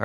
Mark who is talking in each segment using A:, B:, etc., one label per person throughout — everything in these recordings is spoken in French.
A: All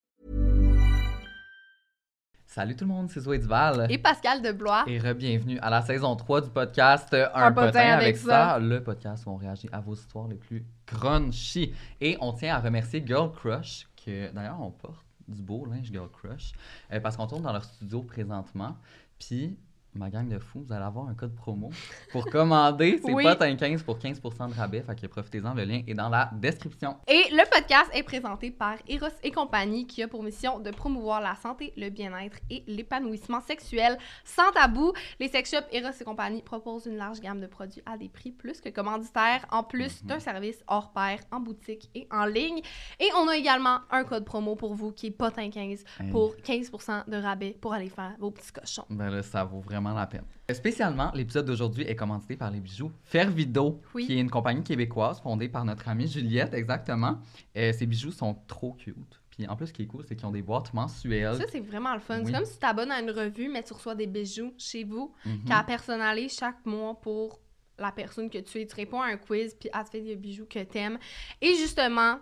B: Salut tout le monde, c'est Zoé Duval.
C: et Pascal de Blois.
B: Et re-bienvenue à la saison 3 du podcast euh, Un,
C: Un
B: potin,
C: potin
B: avec,
C: avec
B: ça.
C: ça.
B: le podcast où on réagit à vos histoires les plus crunchy. Et on tient à remercier Girl Crush, que d'ailleurs on porte du beau linge Girl Crush, euh, parce qu'on tourne dans leur studio présentement. Puis, ma gang de fous, vous allez avoir un code promo pour commander. C'est
C: Oui.
B: potin 15 pour 15% de rabais, fait que profitez-en, le lien est dans la description.
C: Et le podcast est présenté par Eros et compagnie qui a pour mission de promouvoir la santé, le bien-être et l'épanouissement sexuel sans tabou. Les sex shops Eros et compagnie proposent une large gamme de produits à des prix plus que commanditaires en plus d'un service hors pair en boutique et en ligne. Et on a également un code promo pour vous qui est potin15 pour 15% de rabais pour aller faire vos petits cochons.
B: Ben là, ça vaut vraiment la peine. Euh, Spécialement, l'épisode d'aujourd'hui est commandité par les bijoux Fervido,
C: Oui.
B: qui est une compagnie québécoise fondée par notre amie Juliette, exactement. Euh, ces bijoux sont trop cute. Puis en plus, ce qui est cool, c'est qu'ils ont des boîtes mensuelles.
C: Ça, c'est vraiment le fun.
B: Ah. Oui.
C: C'est comme si tu t'abonnes à une revue, mais tu reçois des bijoux chez vous,
B: Mhm.
C: qu'elle personnalise chaque mois pour la personne que tu es. Tu réponds à un quiz, puis elle te fait des bijoux que t'aimes. Et justement,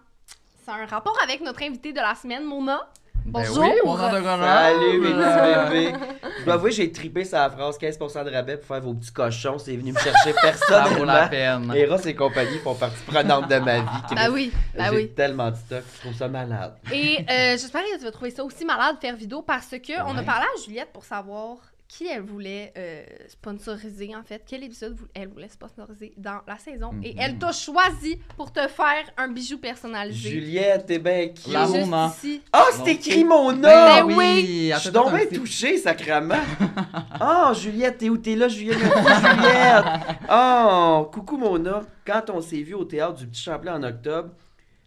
C: ça a un rapport avec notre invitée de la semaine, Mona.
B: Ben
C: Bonjour!
B: oui, mon rang de renard.
D: Salut mes petits bébés! Je dois avouer, j'ai tripé sa phrase 15% de rabais pour faire vos petits cochons. C'est venu me chercher
B: Ça vaut la
D: personnellement.
B: peine.
D: Eros et compagnie font partie prenante de ma vie. Chris.
C: Ben oui, ben
D: j'ai
C: oui.
D: tellement de stock, je trouve ça malade.
C: Et euh, j'espère que tu vas trouver ça aussi malade faire vidéo parce que on a parlé à Juliette pour savoir qui elle voulait euh, sponsoriser en fait, quel épisode vou- elle voulait sponsoriser dans la saison. Et
B: Mhm.
C: elle t'a choisi pour te faire un bijou personnalisé.
D: Juliette, t'es bien cute.
C: Qui est
B: La
C: juste
B: Mona.
C: ici.
D: Ah,
B: Non.
D: c'est écrit mon nom!
C: Ben oui.
D: Je
B: attends,
D: suis
B: attends,
D: donc bien
B: c'est-
D: touché, sacrament! Oh, Juliette, t'es où? T'es là, Juliette? Juliette! Oh, coucou, Mona. Quand on s'est vu au théâtre du Petit Champlain en octobre,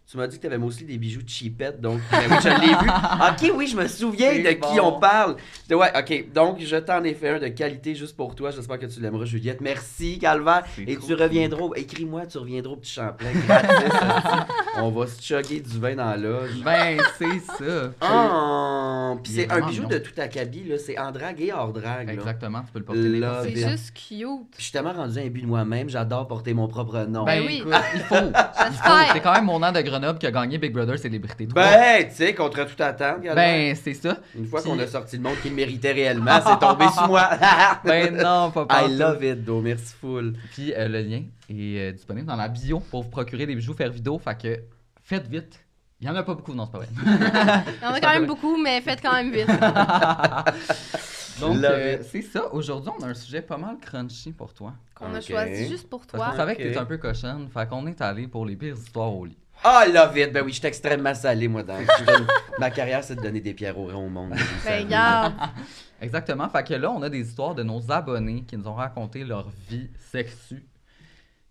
D: tu m'as dit que t'avais moi aussi des bijoux cheapettes, donc ben oui, je l'ai vu. Ok, oui, je me souviens
B: C'est
D: de qui
B: bon.
D: on parle. J'étais, Ouais, ok, donc je t'en ai fait un de qualité juste pour toi. J'espère que tu l'aimeras, Juliette. Merci, Calvaire.
B: C'est
D: Et
B: trop
D: tu reviendras, au- écris-moi, tu reviendras au Petit Champlain. gratis, hostie. on va se chugger du vin dans la loge.
B: Ben, c'est ça.
D: Ah! Puis
B: Il est
D: c'est un
B: vraiment
D: bijou
B: mignon.
D: de tout acabit, là. C'est en drague et hors drague, là.
B: Exactement, tu peux le porter n'importe
D: Love
C: C'est
B: où.
D: bien.
C: juste cute.
D: Je suis tellement rendu un but de moi-même, j'adore porter mon propre nom.
B: Ben,
C: Ben oui.
B: écoute, il faut. Il faut.
C: J'espère.
B: C'est quand même mon an de Grenoble qui a gagné Big Brother Célébrité 3.
D: Ben, tu sais, contre toute attente, Galvin.
B: Ben, c'est ça.
D: Une fois
B: puis-
D: qu'on a sorti le monde qui le méritait réellement, c'est tombé sur moi.
B: Ben non, pas
D: I
B: partout.
D: love it, though. Merci full.
B: Puis euh, le lien est euh, disponible dans la bio pour vous procurer des bijoux faire vidéo. Fait que faites vite. Il y en a pas beaucoup, non, c'est pas vrai.
C: Il y en a
B: C'est pas
C: quand même
B: vrai.
C: beaucoup, mais faites quand même vite.
B: Donc,
D: Love
B: euh,
D: it.
B: c'est ça. Aujourd'hui, on a un sujet pas mal crunchy pour toi.
C: Qu'on a
D: Ok.
C: choisi juste pour
B: Parce qu'on
C: toi.
B: savait que
D: Ok.
B: t'es un peu cochonne. Fait qu'on est allé pour les pires histoires au lit.
D: I love it. Ben oui, je suis extrêmement salé, moi. Dans... je donne- Ma carrière, c'est de donner des pierres au rond au monde.
C: Ben regarde,
B: Exactement. Fait que là, on a des histoires de nos abonnés qui nous ont raconté leur vie sexue.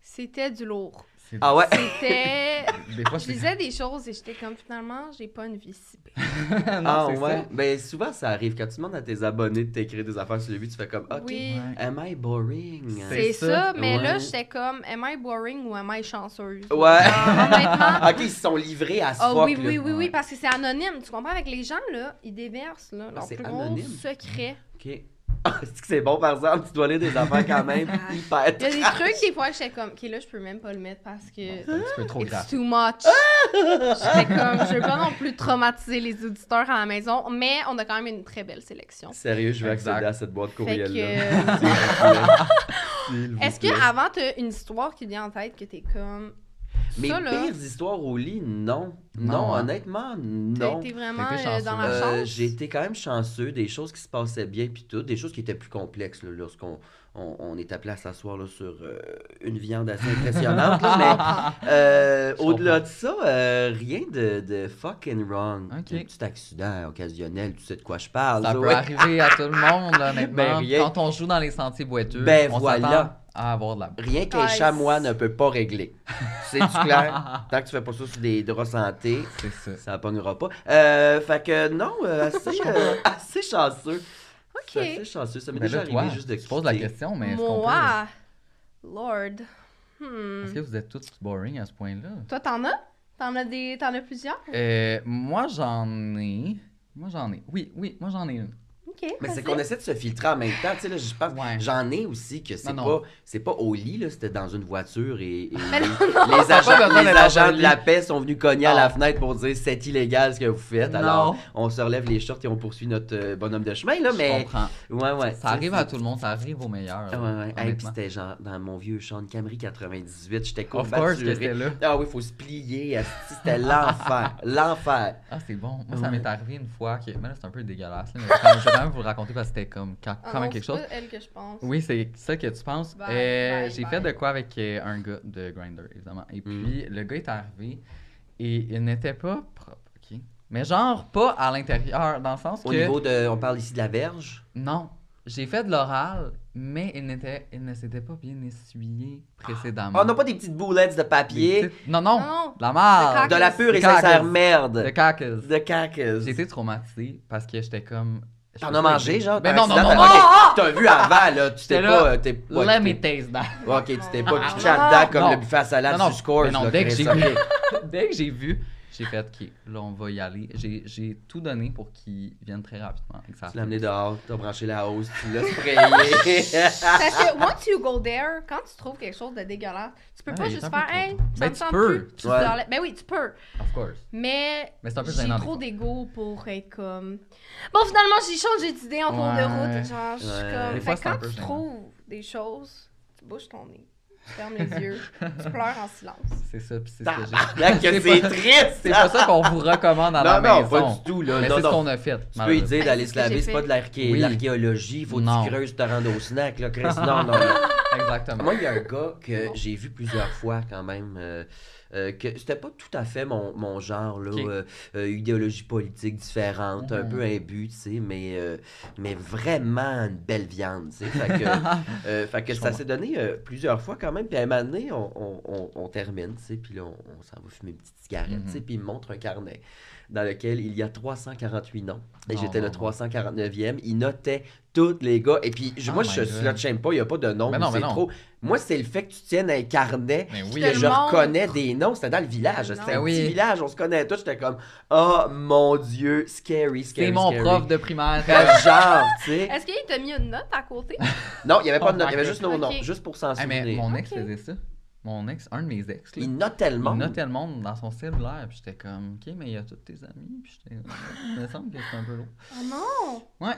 C: c'était du lourd.
B: C'est-
D: Ah ouais?
C: C'était.
B: Des fois,
C: Je
B: c'est-
C: disais des choses et j'étais comme finalement, j'ai pas une vie si pire.
B: Non,
D: ah
B: c'est
D: ouais? Ben souvent ça arrive. Quand tu demandes à tes abonnés de t'écrire des affaires sur le but, tu fais comme OK.
C: Oui.
B: Ouais.
D: Am I boring?
B: C'est
C: C'est
B: ça,
C: ça, mais
D: ouais.
C: là, j'étais comme, am I boring ou am I chanceuse? Genre,
D: Ouais.
C: honnêtement.
D: ok, ils se sont livrés à ce
C: Ah
D: fuck,
C: oui,
D: là.
C: oui, oui, oui,
B: Ouais.
C: parce que c'est anonyme. Tu comprends? Avec les gens, là, ils déversent
B: Ah,
C: là, leur
D: c'est
C: plus gros
D: anonyme.
C: secret.
D: Ok. Ah, c'est que c'est bon, par exemple, tu dois lire des affaires quand même hyper.
C: Il y a des trucs, des fois, j'étais comme, OK, là, je peux même pas le mettre parce que
B: un petit peu trop grave. Ah!
C: it's too much. J'étais comme, je veux pas non plus traumatiser les auditeurs à la maison, mais on a quand même une très belle sélection.
D: Sérieux, je vais
B: Exact.
D: accéder à cette boîte
C: Fait que,
D: courriel-là. S'il vous
C: est-ce
D: plaît.
C: que avant t'as une histoire qui te vient en tête que t'es comme,
D: Mes
C: ça, là-
D: pires histoires au lit, non. Non,
B: Non, hein.
D: honnêtement,
C: t'as
D: non.
C: été vraiment
B: T'étais
C: euh, dans la
B: chanceuse.
C: chance?
D: Euh, J'ai été quand même chanceux, des choses qui se passaient bien, puis tout, des choses qui étaient plus complexes, là, lorsqu'on on, on est appelé à s'asseoir là, sur euh, une viande assez impressionnante. là, mais euh,
B: Je
D: au-delà de ça, euh, rien de, de fucking wrong.
B: Ok.
D: Un petit accident occasionnel, tu sais de quoi je parle.
B: Ça peut
D: Zoé.
B: arriver à tout le monde, là, honnêtement.
D: Ben, rien.
B: Quand on joue dans les sentiers boiteux,
D: Ben,
B: on
D: voilà.
B: s'attend à avoir de la
D: Rien qu'un
C: Nice.
D: chamois ne peut pas régler. C'est-tu clair? Tant que tu fais pas ça sur des draps santé,
B: C'est ça.
D: ça pognera pas. Euh, fait que non, euh, assez, euh, assez chanceux.
C: Ok.
D: Assez chanceux. Ça m'est
B: Mais
D: déjà
B: là,
D: arrivé
B: toi,
D: juste de
B: tu poses la
D: quitter.
B: question, mais est-ce qu'on peut...
C: Moi, Lord, hmm.
B: Est-ce que vous êtes tous boring à ce point-là?
C: toi t'en as? T'en as des, t'en as plusieurs?
B: Euh, moi, j'en ai... Moi, j'en ai. Oui, oui, moi, j'en ai une.
C: Ok.
D: Mais c'est
C: vas-y.
D: qu'on essaie de se filtrer en même temps. Tu sais, là, je pense,
B: Ouais.
D: j'en ai aussi que c'est
B: Non, non.
D: pas, c'est pas au lit, là, c'était dans une voiture et, et
C: Mais non,
D: les,
C: non,
D: les
B: Ah, pas
D: agents,
B: besoin
D: les
B: d'être dans
D: agents
B: un
D: de
B: lit.
D: la paix sont venus cogner à la
B: Non.
D: fenêtre pour dire c'est illégal ce que vous faites.
B: Non.
D: Alors, on se relève les shorts et on poursuit notre euh, bonhomme de chemin, là,
B: Je
D: mais.
B: comprends.
D: Ouais, ouais.
B: Ça arrive à tout le monde, ça arrive aux meilleurs.
D: Ouais,
B: là,
D: ouais. Hey, puis
B: honnêtement.
D: c'était genre dans mon vieux Sean Camry 98, j'étais
B: Of course que
D: courbaturé.
B: c'était là.
D: Ah oui, faut se plier, asti, c'était l'enfer, l'enfer.
B: Ah, c'est bon. Moi, ça
D: Ouais.
B: m'est arrivé une fois que. Mais là, c'est un peu dégueulasse. là, mais quand- je vais quand même vous le raconter parce que c'était comme quand,
C: Ah
B: quand même
C: non,
B: quelque
C: c'est
B: chose.
C: pas elle que je pense.
B: Oui, c'est ça que tu penses.
C: Bye,
B: Euh,
C: bye,
B: J'ai
C: bye.
B: fait de quoi avec euh, un gars de Grinder, évidemment.
D: Mm.
B: Et puis, le gars est arrivé et il n'était pas propre, OK? Mais genre, pas à l'intérieur, dans le sens
D: Au
B: que.
D: niveau de, on parle ici de la verge.
B: Non. J'ai fait de l'oral, mais il, n'était- il ne s'était pas bien essuyé précédemment.
D: Ah, On n'a pas des petites boulettes de
B: Mm. Des
D: papier,
B: petites- Non, non,
C: Non.
B: de la marde.
D: de la pure et
B: Des crackers.
D: sincère merde.
B: De cactus.
D: De cacus.
B: J'ai été traumatisé parce que j'étais comme.
D: T'en as mangé, genre? Ah,
B: Ben
D: par
B: non, non,
D: accident,
B: non, non,
D: t'as-
B: non,
D: ok, T'as vu avant, là, tu t'es
B: J'étais
D: pas...
B: là.
D: euh, t'es- ouais,
B: Let
D: t'es-
B: me taste that.
D: ouais, Ok, tu t'es pas
C: Ah,
D: pitché en dedans comme
B: non.
D: le buffet à salade
B: non,
D: du score.
B: mais non, dès que j'ai vu, dès que j'ai vu, j'ai fait OK, là on va y aller. J'ai, j'ai tout donné pour qu'il vienne très rapidement. et que ça
D: Tu l'as amené dehors, t'as branché la hausse, tu l'as sprayé.
C: Parce que once you go there, quand tu trouves quelque chose de dégueulasse, tu peux
B: Ouais,
C: pas
B: Ah, il est
C: juste
B: un peu
C: faire
B: trop
C: Hey,
B: tôt.
C: ça
B: Ben,
C: me
B: tu
C: tente
B: peux.
C: plus. Tu
D: Ouais.
C: te relèves. Ben oui, tu peux.
B: Of course.
C: Mais,
B: Mais c'est un peu
C: j'ai
B: gênant,
C: trop
B: des
C: d'ego pour être comme. Bon, finalement, j'ai changé d'idée en cours de
B: Ouais.
C: route. Genre, je suis
D: Ouais.
C: comme.
D: Des
C: Fait
B: fois,
C: que
B: c'est un
C: quand
B: peu
C: tu
B: gênant.
C: trouves des choses, tu bouges ton nez, tu fermes les yeux, tu pleures en silence.
B: C'est ça, puis c'est ce que j'ai.
D: Tabarnak, que c'est
B: pas-
D: triste!
B: C'est pas ça qu'on vous recommande à la
D: Non, non,
B: maison.
D: pas du tout, là.
B: Mais
D: Non,
B: c'est
D: non.
B: ce qu'on a fait.
D: Tu peux lui
B: malheureusement.
D: dire
C: c'est
D: d'aller se
C: ce que
D: laver,
C: j'ai
D: c'est pas
C: fait.
D: de l'arché-
B: Oui.
D: l'archéologie, faut que
B: Non.
D: tu creuses, te rendre au snack, là, Chris. Non, non, non.
B: Exactement.
D: Moi, il y a un gars que j'ai vu plusieurs fois quand même. euh, euh, que c'était pas tout à fait mon, mon genre, là,
B: Ok.
D: euh, euh, idéologie politique différente, un
B: Mhm.
D: peu imbu, tu sais, mais, euh, mais vraiment une belle viande, tu sais. Fait que, euh, fait que
B: Je
D: ça
B: comprends.
D: s'est donné euh, plusieurs fois quand même, puis à un moment donné, on, on- on- on termine, tu sais, puis là, on, on s'en va fumer une petite cigarette, tu sais,
B: Mhm.
D: puis il me montre un carnet dans lequel il y a 348 noms. Et
B: Non,
D: j'étais
B: non,
D: le
B: non.
D: 349e, il notait tous les gars, et puis je-
B: Oh
D: moi,
B: my
D: je
B: God.
D: suis là, j'aime pas, il n'y a pas de nom,
B: Mais non,
D: c'est
B: mais non.
D: trop. Moi, c'est le fait que tu tiennes un carnet.
B: Mais oui,
C: Tout
D: Que
C: le
D: je
C: monde.
D: reconnais des noms, c'était dans le village,
C: Ben
D: c'était un
B: non.
D: petit
B: Oui.
D: village, on se connaît tous, j'étais comme Oh mon dieu, scary, scary.
B: c'est mon
D: scary.
B: prof de primaire.
D: Quel genre, tu sais.
C: Est-ce qu'il t'a mis une note à côté? Ah
D: Non, il n'y avait pas
B: Oh
D: de notes, il y avait
B: my
D: juste nos
C: God.
D: noms,
C: Ok.
D: juste pour s'en
B: Ah, mais
D: souvenir.
B: mon ex
C: Ok.
B: faisait ça. Mon ex, un de mes ex. là.
D: Il notait le
B: Il
D: monde.
B: notait le monde dans son cellulaire. Puis j'étais comme, OK, mais il y a tous tes amis. Puis j'étais, il me semble que c'est un peu lourd.
C: Oh non!
B: Ouais.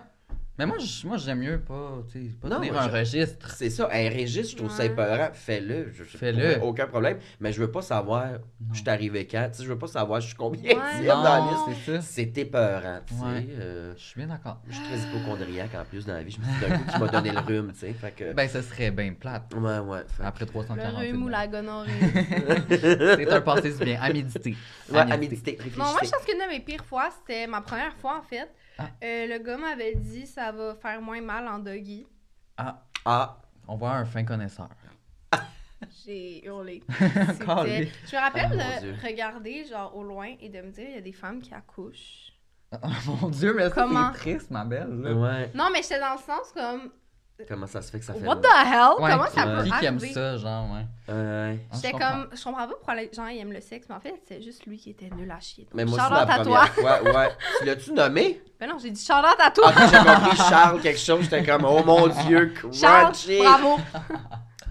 B: Mais moi, je- moi j'aime mieux pas, tu sais, pas
D: Non,
B: tenir
D: moi,
B: un
D: je-
B: registre.
D: C'est ça, un registre, je trouve ça
C: Ouais.
D: épeurant. Fais-le, je- je-
B: Fais-le.
D: aucun problème. Mais je veux pas savoir, je suis arrivé quand, tu sais, je veux pas savoir, je suis combien
C: Ouais.
D: dans la
B: Non,
D: liste.
B: c'est ça.
D: C'est épeurant, tu sais.
B: Ouais.
D: euh,
B: Je suis bien d'accord.
D: je suis très hypochondriaque en plus dans la vie. Je me suis dit, d'un coup, tu m'as donné le rhume, tu sais. Fait que.
B: Ben, ça serait bien plate.
D: ouais, ouais. fait-
B: Après
C: Le
B: 340.
C: rhume ou la gonorrhée.
B: C'est un pensée du bien. À méditer.
D: Ouais, à méditer,
C: Bon, moi, je
D: réfléchissez.
C: pense qu'une de mes pires fois, c'était ma première fois, en fait.
B: Ah.
C: Euh, le gars m'avait dit ça va faire moins mal en doggy.
B: Ah,
D: Ah,
B: on voit un fin connaisseur.
C: J'ai hurlé.
B: Calé.
C: C'était- je me rappelle
D: Ah, mon Dieu.
C: de regarder genre au loin et de me dire il y a des femmes qui accouchent.
B: Oh mon dieu, mais ça,
C: Comment?
B: c'est triste, ma belle. là.
D: Ouais.
C: Non, mais j'étais dans le sens comme
D: Ah, Comment ça se fait que ça fait.
C: What
D: mal?
C: the
B: Ouais,
C: hell? Oh, Comment ça
B: qui-
C: peut
B: Qui qui aime
C: arriver?
B: ça, genre, ouais.
D: Ouais,
B: Ah,
D: ouais.
B: je
C: J'étais
B: comprends.
C: comme, je comprends pas pourquoi les gens ils aiment le sexe, mais en fait, c'est juste lui qui était nul à chier. Donc,
D: Mais moi, c'est
C: shout-out
D: la
C: à toi.
D: première fois. Ouais. Tu l'as-tu nommé?
C: Ben non, j'ai dit shout-out à
D: Ah,
C: toi.
D: puis j'ai compris Charles quelque chose. J'étais comme, oh mon Dieu,
C: Charles,
D: crunchy.
C: bravo.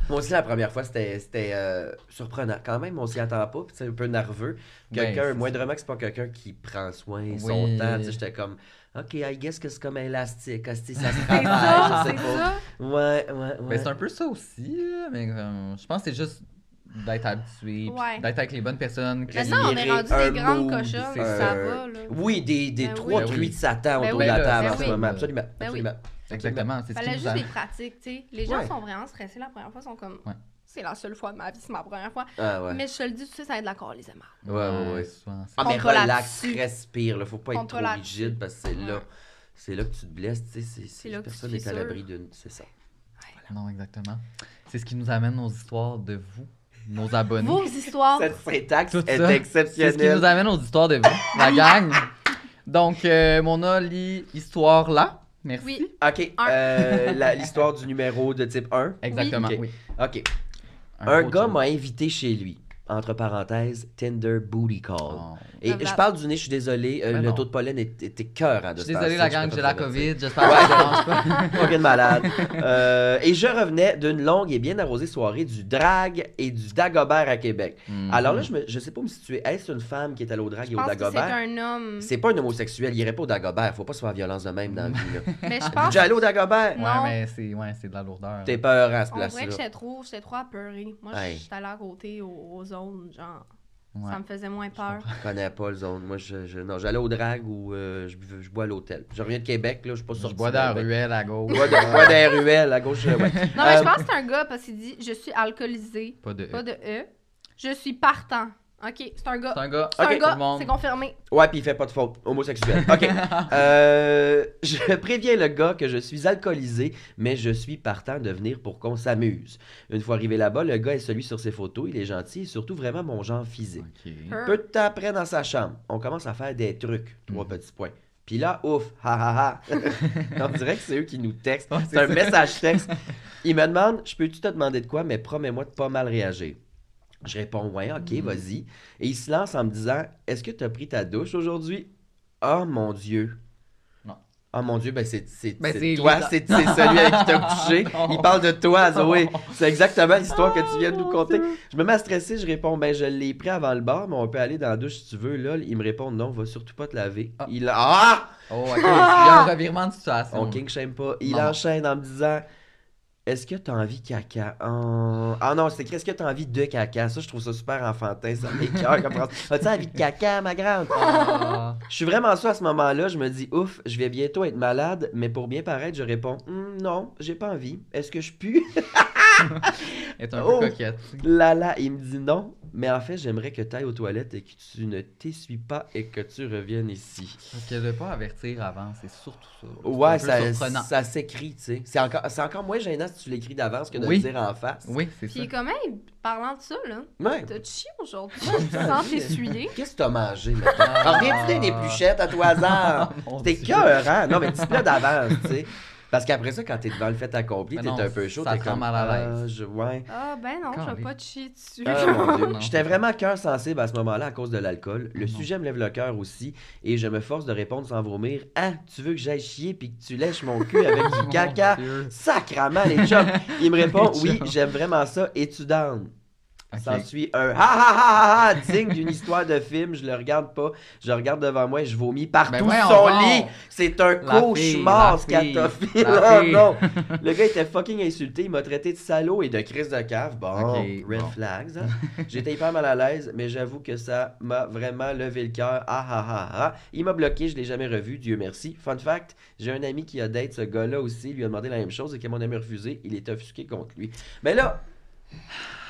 D: Moi aussi, la première fois, c'était c'était, euh, surprenant. Quand même, on s'y attend pas. puis C'est un peu nerveux.
B: Ben,
D: Quelqu'un,
B: c'est-
D: moindrement que c'est pas quelqu'un qui prend soin de
B: Oui.
D: son temps. tu sais, J'étais comme, OK, I guess que c'est comme un élastique. hostie, ça se
C: C'est ça,
D: travaille.
C: c'est
D: je sais pas.
C: ça.
D: Ouais, ouais, ouais.
B: Ben, c'est un peu ça aussi, là, mais comme, je pense que c'est juste d'être habitué, puis
C: Ouais.
B: d'être avec les bonnes personnes. qui-
D: Mais
C: Maintenant, on est
D: Générer
C: rendu
D: un
C: des grandes
D: mood,
C: cochonnes,
D: c'est
C: ça
D: ça.
C: va, là.
D: Oui, des, des
C: Ben
D: trois
B: oui.
D: truits de Satan
C: Ben
D: autour
C: oui,
D: de la
B: ben
D: table en
C: oui.
D: ce moment. Absolument.
C: Ben oui.
D: absolument.
B: Exactement, c'est ce qui
C: Fallait
B: nous
C: juste des
B: arrive.
C: pratiques, tu sais. Les gens
D: Ouais.
C: sont vraiment stressés la première fois, sont comme,
B: Ouais.
C: c'est la seule fois de ma vie, c'est ma première fois.
D: Ah, ouais.
C: Mais je te le dis, tu sais, ça va être de la corps-les-amarres.
D: Ouais, ouais, ouais.
B: souvent, c'est-
D: Ah, mais
C: Contrôle
D: relax,
C: là-dessus.
D: respire. Là. Faut pas être
C: Contrôle
D: trop
C: là-dessus.
D: rigide parce que c'est là.
C: Ouais.
D: C'est là que tu te blesses, tu sais, c'est- c'est-
C: là que tu
D: personne
C: te
D: n'est à
C: fissures.
D: l'abri d'une. C'est ça.
B: Non, exactement. C'est ce qui nous amène aux histoires de vous, nos abonnés.
C: Vos histoires.
D: Cette syntaxe
B: Tout
D: est
B: ça, C'est ce qui
D: exceptionnelle.
B: nous amène aux histoires de vous, la gang. Donc, euh, mon Oli, histoire là. Merci.
C: Oui.
D: Ok, euh, la- l'histoire du numéro de type 1.
B: Exactement.
D: Ok.
B: oui.
D: Ok, un
B: beau
D: gars
B: job.
D: m'a invité chez lui. Entre parenthèses, Tinder Booty Call.
B: Oh.
D: Et
C: Ah, voilà.
D: je parle du nez, je suis désolé, euh,
B: Ben
D: le
B: non.
D: taux de pollen était était cœur à
B: Je suis désolé, la gang, j'ai la COVID. J'espère que
D: Ouais.
B: ça ne pas.
D: Fucking malade. Euh, et je revenais d'une longue et bien arrosée soirée du drag et du Dagobert à Québec.
B: Mhm.
D: Alors là, je, me- je sais pas me situer. Est-ce une femme qui est allée au drag
C: Je
D: et au
C: pense que c'est
D: Dagobert?
C: un homme.
D: C'est pas un homosexuel, il irait pas au Dagobert. Faut pas se faire violence de même
B: Mhm.
D: dans la vie. là.
C: Mais je
D: T'es
C: pense.
D: déjà allé au Dagobert?
C: Non.
B: Ouais, mais c'est ouais, c'est de la lourdeur.
D: T'es peur à ce
C: On dirait que
D: place-là.
C: j'étais trop, j'étais trop apeurée. Moi,
D: Hey.
C: j'étais allée à côté aux, aux zones, genre.
B: Ouais.
C: Ça me faisait moins peur.
D: Je connais pas le zone. Moi, je, je- non, j'allais au drag ou euh, je, buvais- je bois à l'hôtel. Je reviens de Québec, là, je suis pas
B: Je
D: sorti.
B: bois dans la
D: ben, ben.
B: ruelle à gauche.
D: Je bois dans- bois dans les ruelles, à gauche. euh, ouais.
C: Non, mais
D: Euh,
C: je pense que c'est un gars parce qu'il dit Je suis alcoolisé.
B: Pas de.
C: Pas de E. Je suis partant. Ok, c'est un gars.
B: C'est un gars.
C: C'est
D: Ok,
C: un
B: le
D: tout
C: gars,
B: monde.
C: c'est confirmé.
D: Ouais, puis il fait pas de faute. Homosexuel. OK. Euh, je préviens le gars que je suis alcoolisé, mais je suis partant de venir pour qu'on s'amuse. Une fois arrivé là-bas, le gars est celui sur ses photos. Il est gentil et surtout vraiment mon genre physique.
B: Ok.
C: Peur.
D: Peu de temps après, dans sa chambre, on commence à faire des trucs.
B: Mm.
D: Trois petits points. Puis là, ouf, ha ha ha. on dirait que c'est eux qui nous textent.
B: Ouais,
D: c'est un
B: c'est ça.
D: message texte. Il me demande Je peux-tu te demander de quoi, mais promets-moi de pas mal réagir. Je réponds Ouais, ok,
B: Mm.
D: vas-y. Et il se lance en me disant Est-ce que tu as pris ta douche aujourd'hui Oh mon Dieu.
B: Non.
D: Oh mon Dieu, ben c'est c'est-
B: Ben,
D: c'est
B: c'est
D: toi,
B: Lisa.
D: c'est c'est celui avec qui t'as couché.
B: Non.
D: Il parle de toi, Zoé.
B: Non.
D: C'est exactement l'histoire que tu viens de
B: Oh,
D: nous
B: mon
D: conter.
B: Dieu.
D: Je me mets à stresser, je réponds ben je l'ai pris avant le bar, mais on peut aller dans la douche si tu veux. Là, il me répond non, va surtout pas te laver.
B: Ah.
D: Il ah
B: Oh, ok. Il y a
C: Ah!
B: un revirement de situation.
D: on king shame pas. Il
B: Non.
D: enchaîne en me disant Est-ce que t'as envie caca Oh. Ah non, c'est écrit, Est-ce que t'as envie de caca Ça, je trouve ça super enfantin. Ça m'écoeure comme phrase. As-tu envie de caca, ma grande
B: Ah.
D: Je suis vraiment sûr à ce moment-là. Je me dis Ouf, je vais bientôt être malade, mais pour bien paraître, je réponds Hum, Non, j'ai pas envie. Est-ce que je pue
B: Elle est un
D: Oh.
B: peu coquette.
D: Là là, il me dit non, mais en fait, j'aimerais que tu ailles aux toilettes et que tu ne t'essuies pas et que tu reviennes ici.
B: Parce que de pas avertir avant, c'est surtout ça. C'est un
D: Ouais,
B: peu
D: ça,
B: surprenant.
D: ça s'écrit, tu sais. C'est encore, c'est encore moins gênant si tu l'écris d'avance que de
B: Oui.
D: le dire en face.
B: Oui, c'est ça.
C: Puis comme, hey, parlant de ça, là,
D: Ouais.
C: t'as chié aujourd'hui sans t'essuyer.
D: Qu'est-ce que t'as mangé,
B: Ah.
D: maintenant? Reviens-tu des épluchettes à tout hasard?
B: Oh, Mon
D: T'es
B: Dieu.
D: cœur, hein? Non, mais dis-le d'avance, tu sais. Parce qu'après ça, quand t'es devant le fait accompli,
B: Mais
D: t'es
B: non,
D: un peu chaud,
B: ça
D: t'es
B: te rend
D: comme...
B: mal à l'aise.
D: Ah, je- ouais.
C: Ah, ben non, je vais
B: Calé.
C: pas te chier dessus.
D: Ah, mon Dieu.
B: Non.
D: J'étais vraiment cœur sensible à ce moment-là à cause de l'alcool. Le sujet me lève le cœur aussi et je me force de répondre sans vomir. Ah, tu veux que j'aille chier puis que tu lèches mon cul avec du caca?
B: Oh, Mon Dieu.
D: Sacrament, les chums! Il me répond
B: Les
D: Oui,
B: chums.
D: j'aime vraiment ça et tu downs.
B: Ok.
D: S'ensuit un ha ha ha ha ha digne d'une histoire de film. Je le regarde pas. Je le regarde devant moi et je vomis partout
B: Ben
D: sur
B: voyons
D: son
B: donc.
D: lit. C'est un
B: La
D: cauchemar
B: fille, la fille,
D: scatophile.
B: la
D: Oh
B: fille.
D: non! Le gars était fucking insulté. Il m'a traité de salaud et de crise de cave. Bon,
B: Ok,
D: red
B: bon.
D: flags. hein. J'étais hyper mal à l'aise, mais j'avoue que ça m'a vraiment levé le cœur. Ah ah ah ah. Il m'a bloqué. Je l'ai jamais revu. Dieu merci. Fun fact, j'ai un ami qui a date ce gars-là aussi. Il lui a demandé la même chose et que mon ami a refusé. Il était offusqué contre lui. Mais là.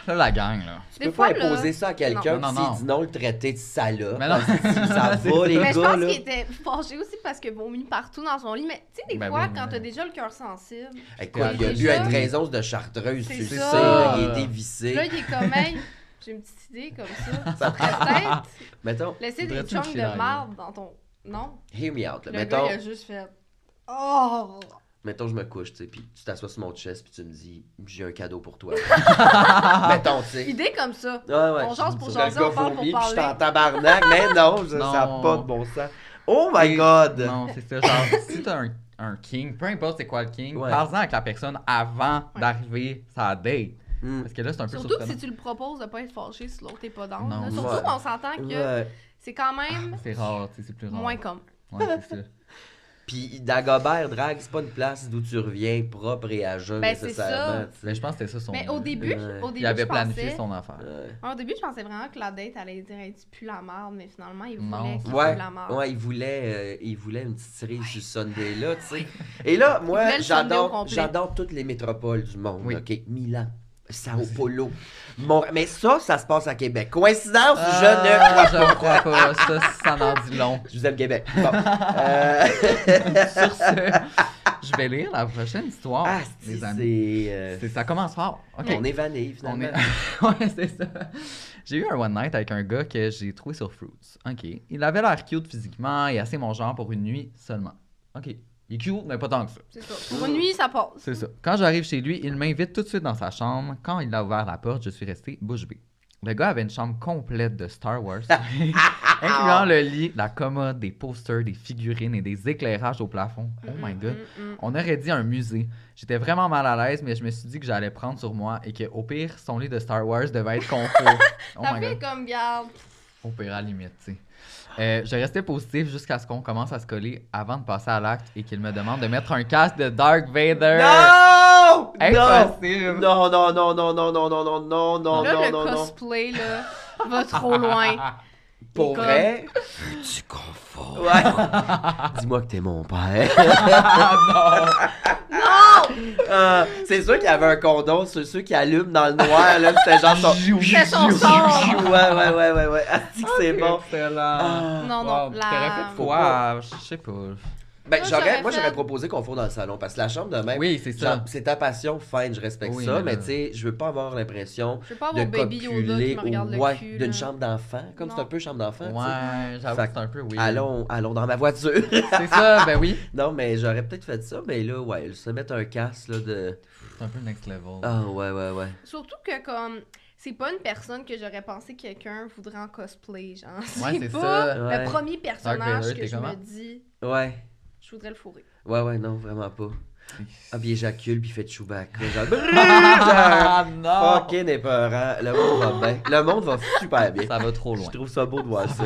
B: Là, la gang, là.
D: Tu
C: Des
D: peux
C: fois,
D: pas imposer
C: là-
D: ça à quelqu'un
B: Non,
D: qui
B: non, non.
D: dit non, le traiter de salope.
B: Mais non,
D: ça
B: c'est
D: va, les
C: Mais je
D: gars,
C: pense
D: là.
C: qu'il était fâché aussi parce que vomi partout dans son lit. Mais tu sais, des
B: Ben
C: fois,
B: oui,
C: quand
B: mais-
C: t'as déjà le cœur sensible,
D: Écoute, il a
C: Déjà?
D: dû être raison de chartreuse,
C: C'est
D: tu le sais,
C: ça.
D: là, il est dévissé.
C: là, il est comme même. J'ai une petite idée comme ça.
D: Ça-
C: Ça pourrait peut-être
D: Mettons,
C: laisser des
B: Faudrait-tu me
C: chunks
B: filer
C: de
B: la
C: marde dans ton. Non.
D: hear me out. là.
C: Le
D: Mettons,
C: gars, il a juste fait. Oh!
D: mettons, je me couche, tu sais, puis tu t'assois sur mon chest, puis tu me dis, j'ai un cadeau pour toi. mettons, tu sais.
C: Idée comme ça.
D: Ouais, ouais.
C: On jase pour
D: Sur le
C: jaser,
D: gars
C: on parle
D: vomi,
C: pour
D: puis je suis en
C: parler.
D: tabarnak, mais non, ça n'a
B: Non.
D: pas de bon sens. Oh my god!
B: Non, c'est ça. Genre, si t'as un, un king, peu importe c'est quoi le king,
D: Ouais.
B: parle-en avec la personne avant d'arriver sa date.
D: Mm.
B: Parce que là, c'est un peu
C: Surtout que
B: surprenant.
C: si tu le proposes de pas être fâché si l'autre est pas dans.
B: Non. Ah,
C: là. Surtout
D: Ouais.
C: qu'on s'entend que
D: Ouais.
C: c'est quand même
B: C'est rare, tu sais, c'est plus rare.
C: moins commun.
B: Ouais, c'est ça.
D: Puis Dagobert, drague, c'est pas une place d'où tu reviens propre et à jeun
C: Ben, c'est
D: nécessairement.
C: ça.
D: tu sais.
B: Mais je pense que c'était ça son.
C: Mais au début,
D: Ouais.
C: au début,
B: il avait
C: je
B: planifié
C: pensais-
B: son affaire.
D: Euh,
C: Ouais, Au début, je pensais vraiment que la date allait dire hey, tu pues la marde, mais finalement, il
B: Non.
C: voulait qu'il pue
D: Ouais,
C: la marde.
D: ouais, il voulait, euh, il voulait une petite cerise sur Sunday là, tu sais. Et là, moi,
C: voulait le Sunday au
D: j'adore,
C: complet.
D: j'adore toutes les métropoles du monde.
B: Oui.
D: Ok, Milan, Sao Paulo, Mont- mais ça, ça se passe à Québec. Coïncidence, je ne crois
B: Ah, je ne crois pas. Ça, ça en dit long.
D: Je vous aime Québec. Bon. Euh,
B: Sur ce, je vais lire la prochaine histoire,
D: ah, c'est,
B: les amis.
D: euh,
B: C'est- Ça commence fort. OK.
D: on est vanné
B: On
D: finalement.
B: est... ouais, c'est ça. J'ai eu un one night avec un gars que j'ai trouvé sur Fruits. OK. Il avait l'air cute physiquement et assez mon genre pour une nuit seulement. OK. Il est cute, mais pas tant que ça.
C: C'est ça. Pour une nuit, ça passe.
B: C'est ça. Quand j'arrive chez lui, il m'invite tout de suite dans sa chambre. Quand il a ouvert la porte, je suis resté bouche bée. Le gars avait une chambre complète de Star Wars, incluant le lit, la commode, des posters, des figurines et des éclairages au plafond. Oh my god. On aurait dit un musée. J'étais vraiment mal à l'aise, mais je me suis dit que j'allais prendre sur moi et que au pire, son lit de Star Wars devait être confort. oh
C: T'as
B: my
C: fait
B: god.
C: comme garde.
B: Au pire, à la limite, tu sais. Euh, je restais positif jusqu'à ce qu'on commence à se coller avant de passer à l'acte et qu'il me demande de mettre un casque de Dark Vader.
D: Non!
B: Impossible.
D: Non! Non, non, non, non, non, non, non, non, non,
C: Là,
D: Oh non,
C: le
D: non, non.
C: cosplay, là, va trop loin.
D: Pour
C: comme-
D: vrai? Tu confonds. Ouais. Dis-moi que t'es mon père. Euh, c'est sûr qu'il y avait un condom sur ceux qui allument dans le noir, là. C'était genre son.
C: C'est son sort.
D: Ouais, ouais, ouais, ouais, ouais. Ah, dis que c'est bon. Ah.
B: Excellent.
C: Non, non, la-
B: T'aurais fait quoi? Je sais pas.
D: Ben,
C: Moi,
D: j'aurais,
C: j'aurais
D: moi,
C: fait-
D: j'aurais proposé qu'on fonde dans le salon parce que la chambre de même.
B: Oui, c'est ça.
D: genre, C'est ta passion, fine, je respecte
B: Oui,
D: ça,
B: mais
D: mais
B: là-
D: tu sais, je veux pas avoir l'impression
C: Je veux pas
D: de
C: avoir Baby Yoda qui
D: copuler
C: me regarde
D: ou
C: le
D: ouais,
C: cul.
D: d'une
C: là.
D: chambre d'enfant, comme c'est
C: Non.
D: un peu chambre d'enfant. tu sais.
B: Ouais, j'avoue,
D: Fait que
B: c'est un peu oui.
D: Allons, allons dans ma voiture.
B: C'est ça, ben oui.
D: non, mais j'aurais peut-être fait ça, mais là, ouais, se mettre un casque là, de.
B: C'est un peu next level.
D: Ah, ouais, ouais, ouais.
C: Surtout que, comme, c'est pas une personne que j'aurais pensé que quelqu'un voudrait en cosplay, genre.
B: Ouais, c'est
C: pas
B: ça.
D: Ouais.
C: le premier personnage
B: Vader,
C: que
B: t'es
C: je
B: comment?
C: me dis,
D: Ouais.
C: je voudrais le fourrer.
D: Ouais, ouais, non, vraiment pas. Ah, puis il éjacule, puis il fait Chewbacca. Genre,
B: Ah, non!
D: fucking épeurant. Le monde va bien. Le monde va super bien.
B: Ça va trop
D: Je
B: loin.
D: trouve ça beau de voir ça.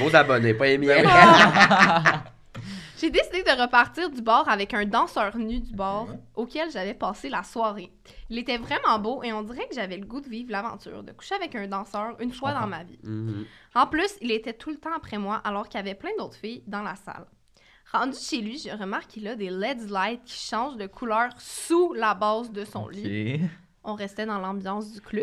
D: Vos abonnés, pas les miens.
C: Ah! J'ai décidé de repartir du bar avec un danseur nu du bar auquel j'avais passé la soirée. Il était vraiment beau et on dirait que j'avais le goût de vivre l'aventure, de coucher avec un danseur une fois dans ma vie.
D: Mhm.
C: En plus, il était tout le temps après moi alors qu'il y avait plein d'autres filles dans la salle. Rendu chez lui, je remarque qu'il a des LED lights qui changent de couleur sous la base de son
B: Ok.
C: lit. On restait dans l'ambiance du club.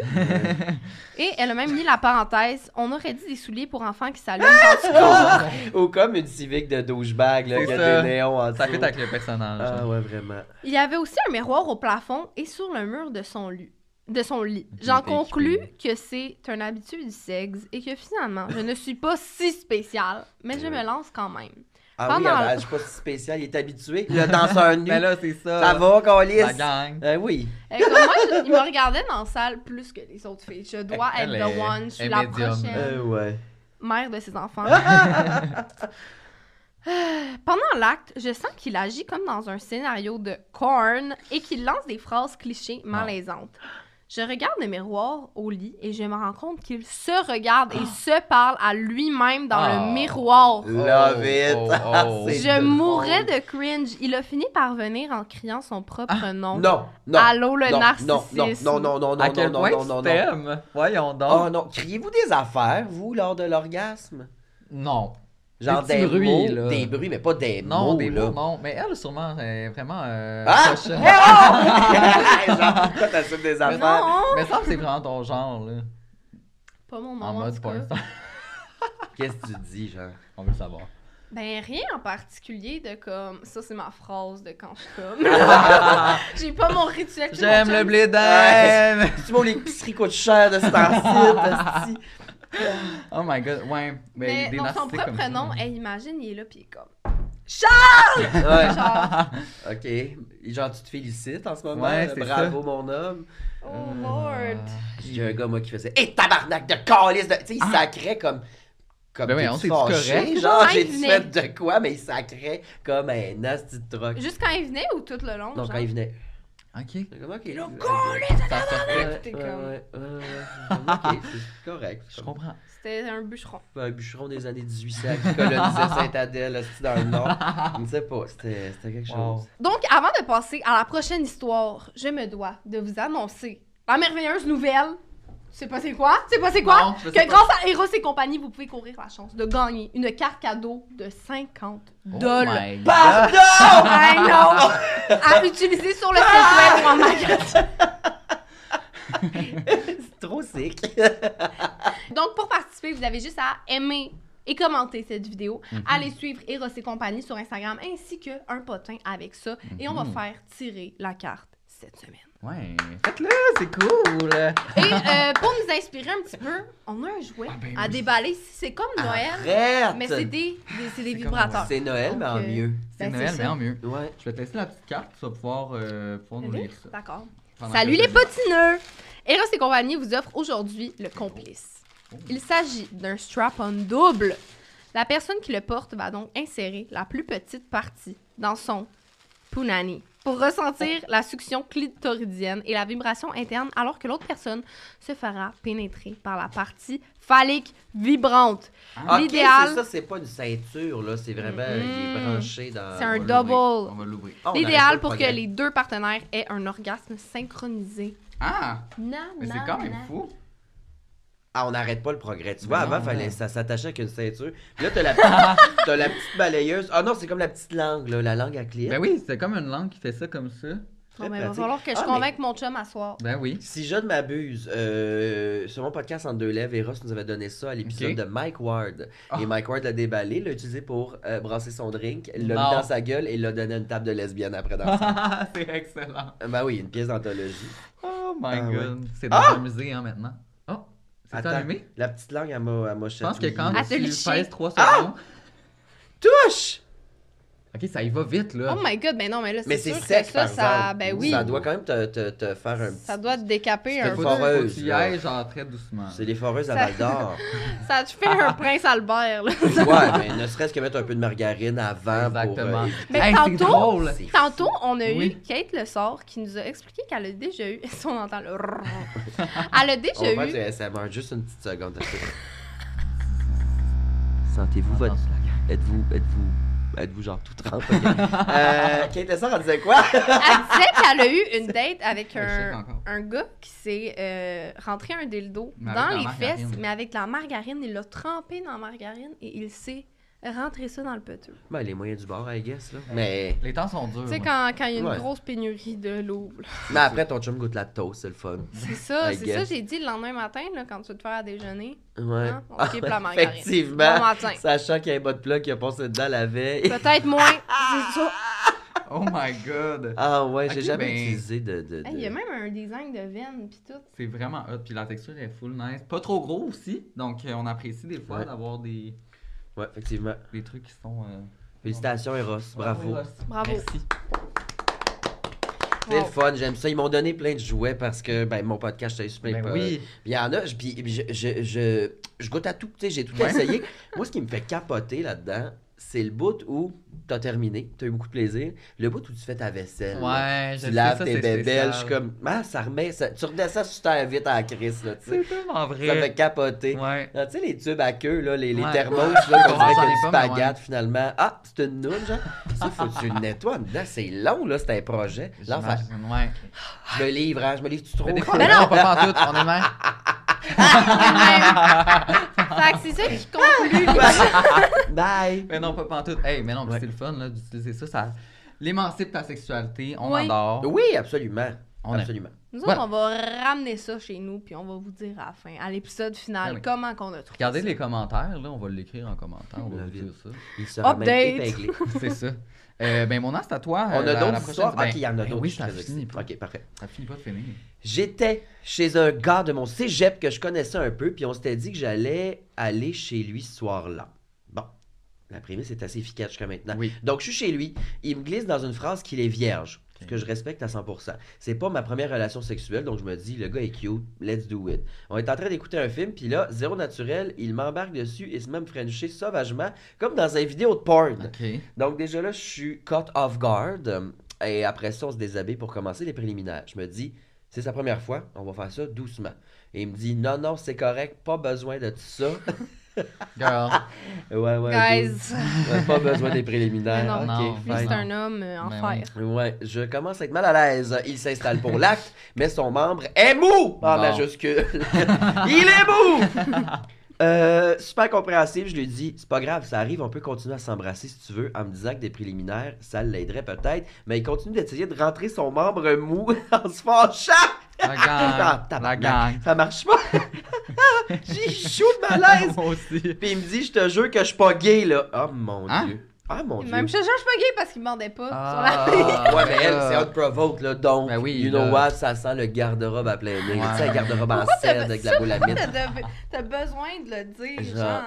C: et elle a même mis la parenthèse « On aurait dit des souliers pour enfants qui s'allument quand tu cours.
D: Ou comme une civique de douchebag, là,
B: C'est
D: qui a
B: ça.
D: des néons en
B: Ça
D: dessous.
B: fait avec le personnage.
D: Ah,
B: hein.
D: ouais, vraiment. »
C: Il y avait aussi un miroir au plafond et sur le mur de son lit. De son lit. J'en
B: était équipé.
C: conclus que c'est un habitué du sexe et que finalement, je ne suis pas si spéciale, mais je me lance quand même.
D: Ah oui,
C: Pendant-
D: ah, ben, je suis pas si spécial, il est habitué. Le danseur nu.
B: Mais Ben là, c'est ça.
D: ça va,
B: La
D: Colis?
B: gang.
D: Euh, oui.
C: Euh, comme moi, je- il me regardait dans la salle plus que les autres filles. Je dois être
B: Elle
C: the
B: est-
C: one. Je suis
B: elle
C: la
B: est médium.
C: prochaine
D: Euh, ouais.
C: mère de ses enfants. Euh, Pendant l'acte, je sens qu'il agit comme dans un scénario de corn et qu'il lance des phrases clichés malaisantes. Je regarde le miroir au lit et je me rends compte qu'il se regarde et se parle à lui-même dans
B: Ah.
C: le miroir.
D: Love
B: Oh,
D: it.
B: oh,
D: Ah,
B: oh.
D: c'est
C: Je
D: drôle.
C: mourrais de cringe. Il a fini par venir en criant son propre
B: Ah,
C: nom.
D: Non, non.
C: Allô, le
D: non,
C: narcissisme.
D: Non, non, non, non, non,
B: À quel
D: non,
B: point
D: non,
B: tu hein?
D: non, non.
B: t'aimes? Voyons
D: Oh
B: donc.
D: Ah, non, criez-vous des affaires, vous, lors de l'orgasme?
B: Non.
D: Genre
B: petits
D: des
B: bruits,
D: mots,
B: là.
D: des bruits, mais pas des
B: Non,
D: mots,
B: des
D: là.
B: mots, non. Mais elle, sûrement, est vraiment. euh,
D: Ah!
B: cochonne.
D: Genre, toi, t'assumes des
B: Mais
D: affaires.
B: non! Mais ça, c'est vraiment ton genre, là.
C: Pas mon nom.
B: En
C: en
B: mode
C: tout cas.
B: pornstar.
C: hein?
D: Qu'est-ce que tu dis, genre?
B: On veut le savoir.
C: Ben, rien en particulier de comme. Ça, c'est ma phrase de quand je comme. J'ai pas mon rituel. tu sais, mon
B: J'aime
C: chum-
B: le blé d'ail!
D: Tu vois, l'épicerie coûte cher de ce temps-ci, esti.
B: Oh my god, ouais. Mais,
C: Mais
B: des
C: non, son
B: narcissiques comme
C: propre
B: ça,
C: nom,
B: là.
C: elle imagine, il est là, puis il est comme.
D: Ouais.
C: Genre,
D: OK. Genre, tu te félicites en ce moment.
B: Ouais, c'est
D: Bravo, mon homme.
B: Euh.
C: oh lord.
D: J'ai un gars, moi, qui faisait Hé, tabarnak de calice! de- Tu sais, il sacrait comme. Comme
B: Ah. Ben
D: t'es-tu
B: voyons, c'est-tu
D: fâché?
B: correct?
D: Genre,
C: Ouais,
D: j'ai
C: il
D: dû
C: venait.
D: mettre de quoi, mais il sacrait comme un nasty de truc.
C: Juste quand il venait ou tout le long?
D: Donc,
C: genre?
D: quand il venait.
B: Ok.
D: J'étais Comme, OK.
C: Le
D: ok.
C: calice de
B: Ça sortait.
D: Ouais,
C: T'es
D: ouais,
C: comme-
D: ouais, ouais, ouais. OK, c'est correct.
B: Je comprends.
C: C'était un bûcheron.
D: un bûcheron des années 1800 qui colonisait Saint-Adèle, c'était dans le nord. Je ne sais pas, c'était c'était quelque
B: Wow.
D: chose.
C: Donc, avant de passer à la prochaine histoire, je me dois de vous annoncer la merveilleuse nouvelle. C'est pas c'est quoi? C'est pas c'est quoi?
B: Non, je sais
C: que
B: pas.
C: grâce à Eros et compagnie, vous pouvez courir la chance de gagner une carte cadeau de 50 dollars.
B: Oh my god.
D: Pardon!
C: I know! à utiliser sur le site
D: Ah!
C: web ou en magasin.
D: C'est trop sick.
C: Donc, pour participer, vous avez juste à aimer et commenter cette vidéo,
D: Mhm.
C: aller suivre Eros et compagnie sur Instagram ainsi que un potin avec ça. Et on va
D: Mhm.
C: faire tirer la carte cette semaine.
B: Ouais. Faites-le, c'est cool.
C: Et euh, pour nous inspirer un petit peu, on a un jouet
B: ben
C: à
B: oui.
C: déballer. C'est comme Noël,
D: Ah, Arrête!
C: mais c'est des, des- c'est des
B: C'est comme
C: vibrateurs.
D: C'est Noël, mais en
C: Donc, euh,
D: mieux.
B: C'est
C: Ben,
B: Noël,
C: ça.
B: mais en mieux.
D: Ouais.
B: Je vais te laisser la petite carte, tu vas pouvoir, euh, pouvoir nous lire ça.
C: D'accord.
B: Pendant
C: Salut
B: que
C: les
B: je-
C: petits nœuds! Eros et compagnie vous offre aujourd'hui le complice.
D: Oh.
C: Il s'agit d'un strap-on double. La personne qui le porte va donc insérer la plus petite partie dans son punani pour ressentir
D: Oh.
C: la succion clitoridienne et la vibration interne alors que l'autre personne se fera pénétrer par la partie phallique vibrante.
D: Ah. Ok, c'est
C: L'idéal,
D: ça, c'est pas une ceinture, là. C'est vraiment,
B: Mm-hmm.
D: il est
C: Mhm.
D: branché dans...
C: c'est un
D: Voilà.
B: On
C: double.
B: va Oh. l'ouvrir.
D: Ah, on arrête pas
C: L'idéal
D: le
C: pour que
D: progrès.
C: les deux partenaires aient un orgasme synchronisé.
B: Ah!
C: Non,
B: Mais c'est quand même fou.
D: Ah, on n'arrête pas le progrès. Tu vois,
B: Non,
D: avant,
B: non.
D: fallait, ça s'attachait avec une ceinture. Puis Là, t'as la, petite- t'as la petite balayeuse. Ah non, c'est comme la petite langue, là, la langue à clé.
B: Ben oui, c'est comme une langue qui fait ça comme ça.
C: Bon,
D: Très
C: ben, il va
D: pratique.
C: falloir que je
D: Ah, mais-
C: convainque mon chum à soir.
B: Ben oui.
D: Si je ne m'abuse, euh, sur mon podcast en deux lèvres, Eros nous avait donné ça à l'épisode
B: Ok. Ah.
D: de Mike Ward. Et Mike Ward l'a déballé, l'a utilisé pour euh, brasser son drink, l'a
B: Non.
D: mis dans sa gueule et l'a donné à une table de lesbienne après dans ça.
B: c'est excellent.
D: Ben oui, une pièce d'anthologie.
B: Oh my
D: Ah,
B: god. C'est dans un musée, hein, maintenant. Oh! C'est
D: Attends,
B: allumé?
D: La petite langue, elle m'a elle m'a
B: Je pense que
D: chatouillé.
B: quand
C: À te
B: tu
C: licher.
B: pèses 3
D: Ah!
B: secondes.
D: Touche!
B: Ok, ça y va vite, là.
C: Oh my god, ben non, mais là,
D: Mais
C: c'est
D: c'est
C: sûr que
D: sec,
C: ça,
D: par
C: ça,
D: exemple.
C: ben oui,
D: Ça doit quand même te, te- te faire un petit...
C: ça doit te décaper
D: C'était
C: un
B: Faut-
C: peu.
D: fort. foreuse,
B: Faut que tu y
D: là.
B: ailles, genre, très doucement.
D: C'est les foreuses à Val d'Or.
C: Ça te fait
D: Ah.
C: un prince Albert, là.
D: ouais, mais ne serait-ce que mettre un peu de margarine avant
B: Exactement.
D: pour... euh,
C: Mais
B: Hey, c'est
C: tantôt-
B: drôle.
D: C'est
C: Tantôt, on a
B: Oui.
C: eu Kate Lessard qui nous a expliqué qu'elle a déjà eu, si on entend le rrrr. elle a
D: On va
C: déjà
D: faire du
C: eu,
D: ASMR, juste une petite seconde. Sentez-vous votre...
B: Attention, la carte.
D: Êtes-vous, êtes-vous, êtes-vous genre tout trempé? euh, Kate Lessard, elle disait quoi?
C: elle disait qu'elle a eu une date avec
B: Ouais, je sais
C: un,
B: encore.
C: un gars qui s'est euh, rentré un dildo
B: Mais
C: dans
B: avec la
C: les
B: margarine.
C: fesses, mais avec de la margarine, il l'a trempé dans la margarine et il s'est rentré ça dans le peuple.
D: ben, les moyens du bord, I guess, là. Mais,
B: Les temps sont durs.
C: Tu sais,
B: ouais.
C: quand quand il y a une
D: Ouais.
C: grosse pénurie de l'eau, là.
D: mais après, ton chum goûte la toast, c'est le fun.
C: C'est ça,
D: I
C: c'est
D: guess.
C: ça, j'ai dit le lendemain matin, là, quand tu veux te faire à déjeuner.
D: Ouais.
C: Hein? On skip la margarine.
D: Effectivement.
C: Bon matin.
D: Sachant qu'il y a un bas de plat qui a passé dedans la veille.
C: Peut-être moins. c'est ça.
B: Oh my god.
D: Ah ouais, j'ai
B: Ok,
D: jamais
B: ben-
D: utilisé de. de, de-
C: Hey, Il y a même un design de veine pis tout.
B: C'est vraiment hot. Puis la texture est full nice. Pas trop gros aussi. Donc, euh, on apprécie des fois
D: Ouais.
B: d'avoir des,
D: Ouais, effectivement.
B: des trucs qui sont. euh,
D: Félicitations, Eros. Bravo.
B: Ross.
C: Bravo.
B: Merci.
D: C'est le
C: Wow.
D: fun, j'aime ça. Ils m'ont donné plein de jouets parce que ben, mon podcast, je t'ai super
B: Ben oui.
D: Puis il y en a, je- puis je, je, je, je goûte à tout, tu sais, j'ai tout essayé. Moi, ce qui me fait capoter là-dedans, c'est le bout où t'as terminé, t'as eu beaucoup de plaisir. Le bout où tu fais ta vaisselle. là.
B: Ouais, je
D: Tu
B: sais,
D: laves
B: ça,
D: tes
B: c'est
D: bébelles,
B: spécial.
D: je suis comme, ah, ça remet, ça, tu redescends sur terre vite à la crise, là, tu sais.
B: C'est tellement vrai.
D: Ça me fait capoter.
B: Ouais.
D: Ah, tu sais, les tubes à queue, là, les, les
B: Ouais.
D: thermos, là, qu'on
B: Ouais,
D: dirait
B: j'en
D: qu'il y a
B: ai pas,
D: du
B: mais
D: spaghetti, finalement. Ah, c'est une noune, genre. Ça, faut que tu le nettoies en dedans. C'est long, là, c'est un projet. L'enfer.
B: J'imagine, ouais.
D: Je me livre, hein, je me livre, tu trouves.
B: Mais des fois, non, pas pantoute, on est même.
C: Ouais. Fait que c'est ça qui conclut.
D: Bye!
B: Mais non, pas pantoute. Hey, mais non, mais c'est le fun là, d'utiliser ça. Ça l'émancipe ta sexualité. On
C: Oui.
B: adore.
D: Oui, absolument.
B: On aime.
D: absolument.
C: Nous
B: Voilà.
C: autres, on va ramener ça chez nous, puis on va vous dire à la fin, à l'épisode final,
B: Ben oui.
C: comment qu'on a trouvé
B: Regardez
C: ça.
B: les commentaires, là, on va l'écrire en commentaire, on va vous dire ça.
D: Il sera même
C: Update.
D: épinglé.
B: C'est ça. Euh, ben, mon ange, c'est à toi.
D: On a
B: euh, la- la
D: d'autres
B: prochaine-
D: histoires.
B: ben,
D: ok, il y en a
B: ben
D: d'autres.
B: Oui,
D: je suis
B: ça
D: très
B: finit.
D: excité.
B: pas.
D: Ok, parfait.
B: Ça finit pas de finir.
D: J'étais chez un gars de mon cégep que je connaissais un peu, puis on s'était dit que j'allais aller chez lui ce soir-là. Bon, la prémisse est assez efficace jusqu'à maintenant.
B: Oui.
D: Donc, je suis chez lui. Il me glisse dans une phrase qu'il est vierge, ce que je respecte à 100%. C'est pas ma première relation sexuelle, donc je me dis, le gars est cute, let's do it. On est en train d'écouter un film, puis là, zéro naturel, il m'embarque dessus et se met à me frencher sauvagement, comme dans une vidéo de porn.
B: Ok.
D: Donc déjà là, je suis caught off guard. euh, Et après ça, on se déshabille pour commencer les préliminaires. Je me dis, c'est sa première fois, on va faire ça doucement. Et il me dit, non, non, c'est correct, pas besoin de tout ça.
B: Girl.
D: ouais, ouais.
C: Guys,
D: dude. Ouais, pas besoin des préliminaires.
C: Mais
B: non,
D: Ok,
C: lui,
B: Ouais,
D: fine.
C: c'est
B: non.
C: un homme euh, en
B: Ben
C: fer.
D: Ouais, je commence à être mal à l'aise. Il s'installe pour l'acte, mais son membre est mou
B: Bon.
D: en majuscule. Il est mou! Euh, super compréhensif, je lui dis, c'est pas grave, ça arrive, on peut continuer à s'embrasser si tu veux, en me disant que des préliminaires, ça l'aiderait peut-être, mais il continue d'essayer de rentrer son membre mou en se fâchant.
B: La gang.
D: Ah,
B: la
D: tabarnak,
B: gang.
D: Ça marche pas. J'ai chaud de malaise.
B: Moi aussi.
D: Puis il me dit, je te jure que je suis pas gay, là. Oh mon
B: Hein?
D: dieu. Ah mon
C: Et
D: dieu.
C: Même je te jure, je suis pas gay parce qu'il me mordait pas sur la
B: Ah,
D: Ouais, mais elle,
B: là.
D: c'est hot provoke, là. Donc,
B: Ben oui,
D: you
B: là.
D: know what, ça sent le garde-robe à plein nez.
B: Ouais.
D: Tu sais, le garde-robe en
C: Pourquoi t'as
D: cèdre avec
C: ça,
D: la boule à
C: Pourquoi
D: mine.
C: t'as de- t'as besoin de le dire,
D: Genre.
C: genre?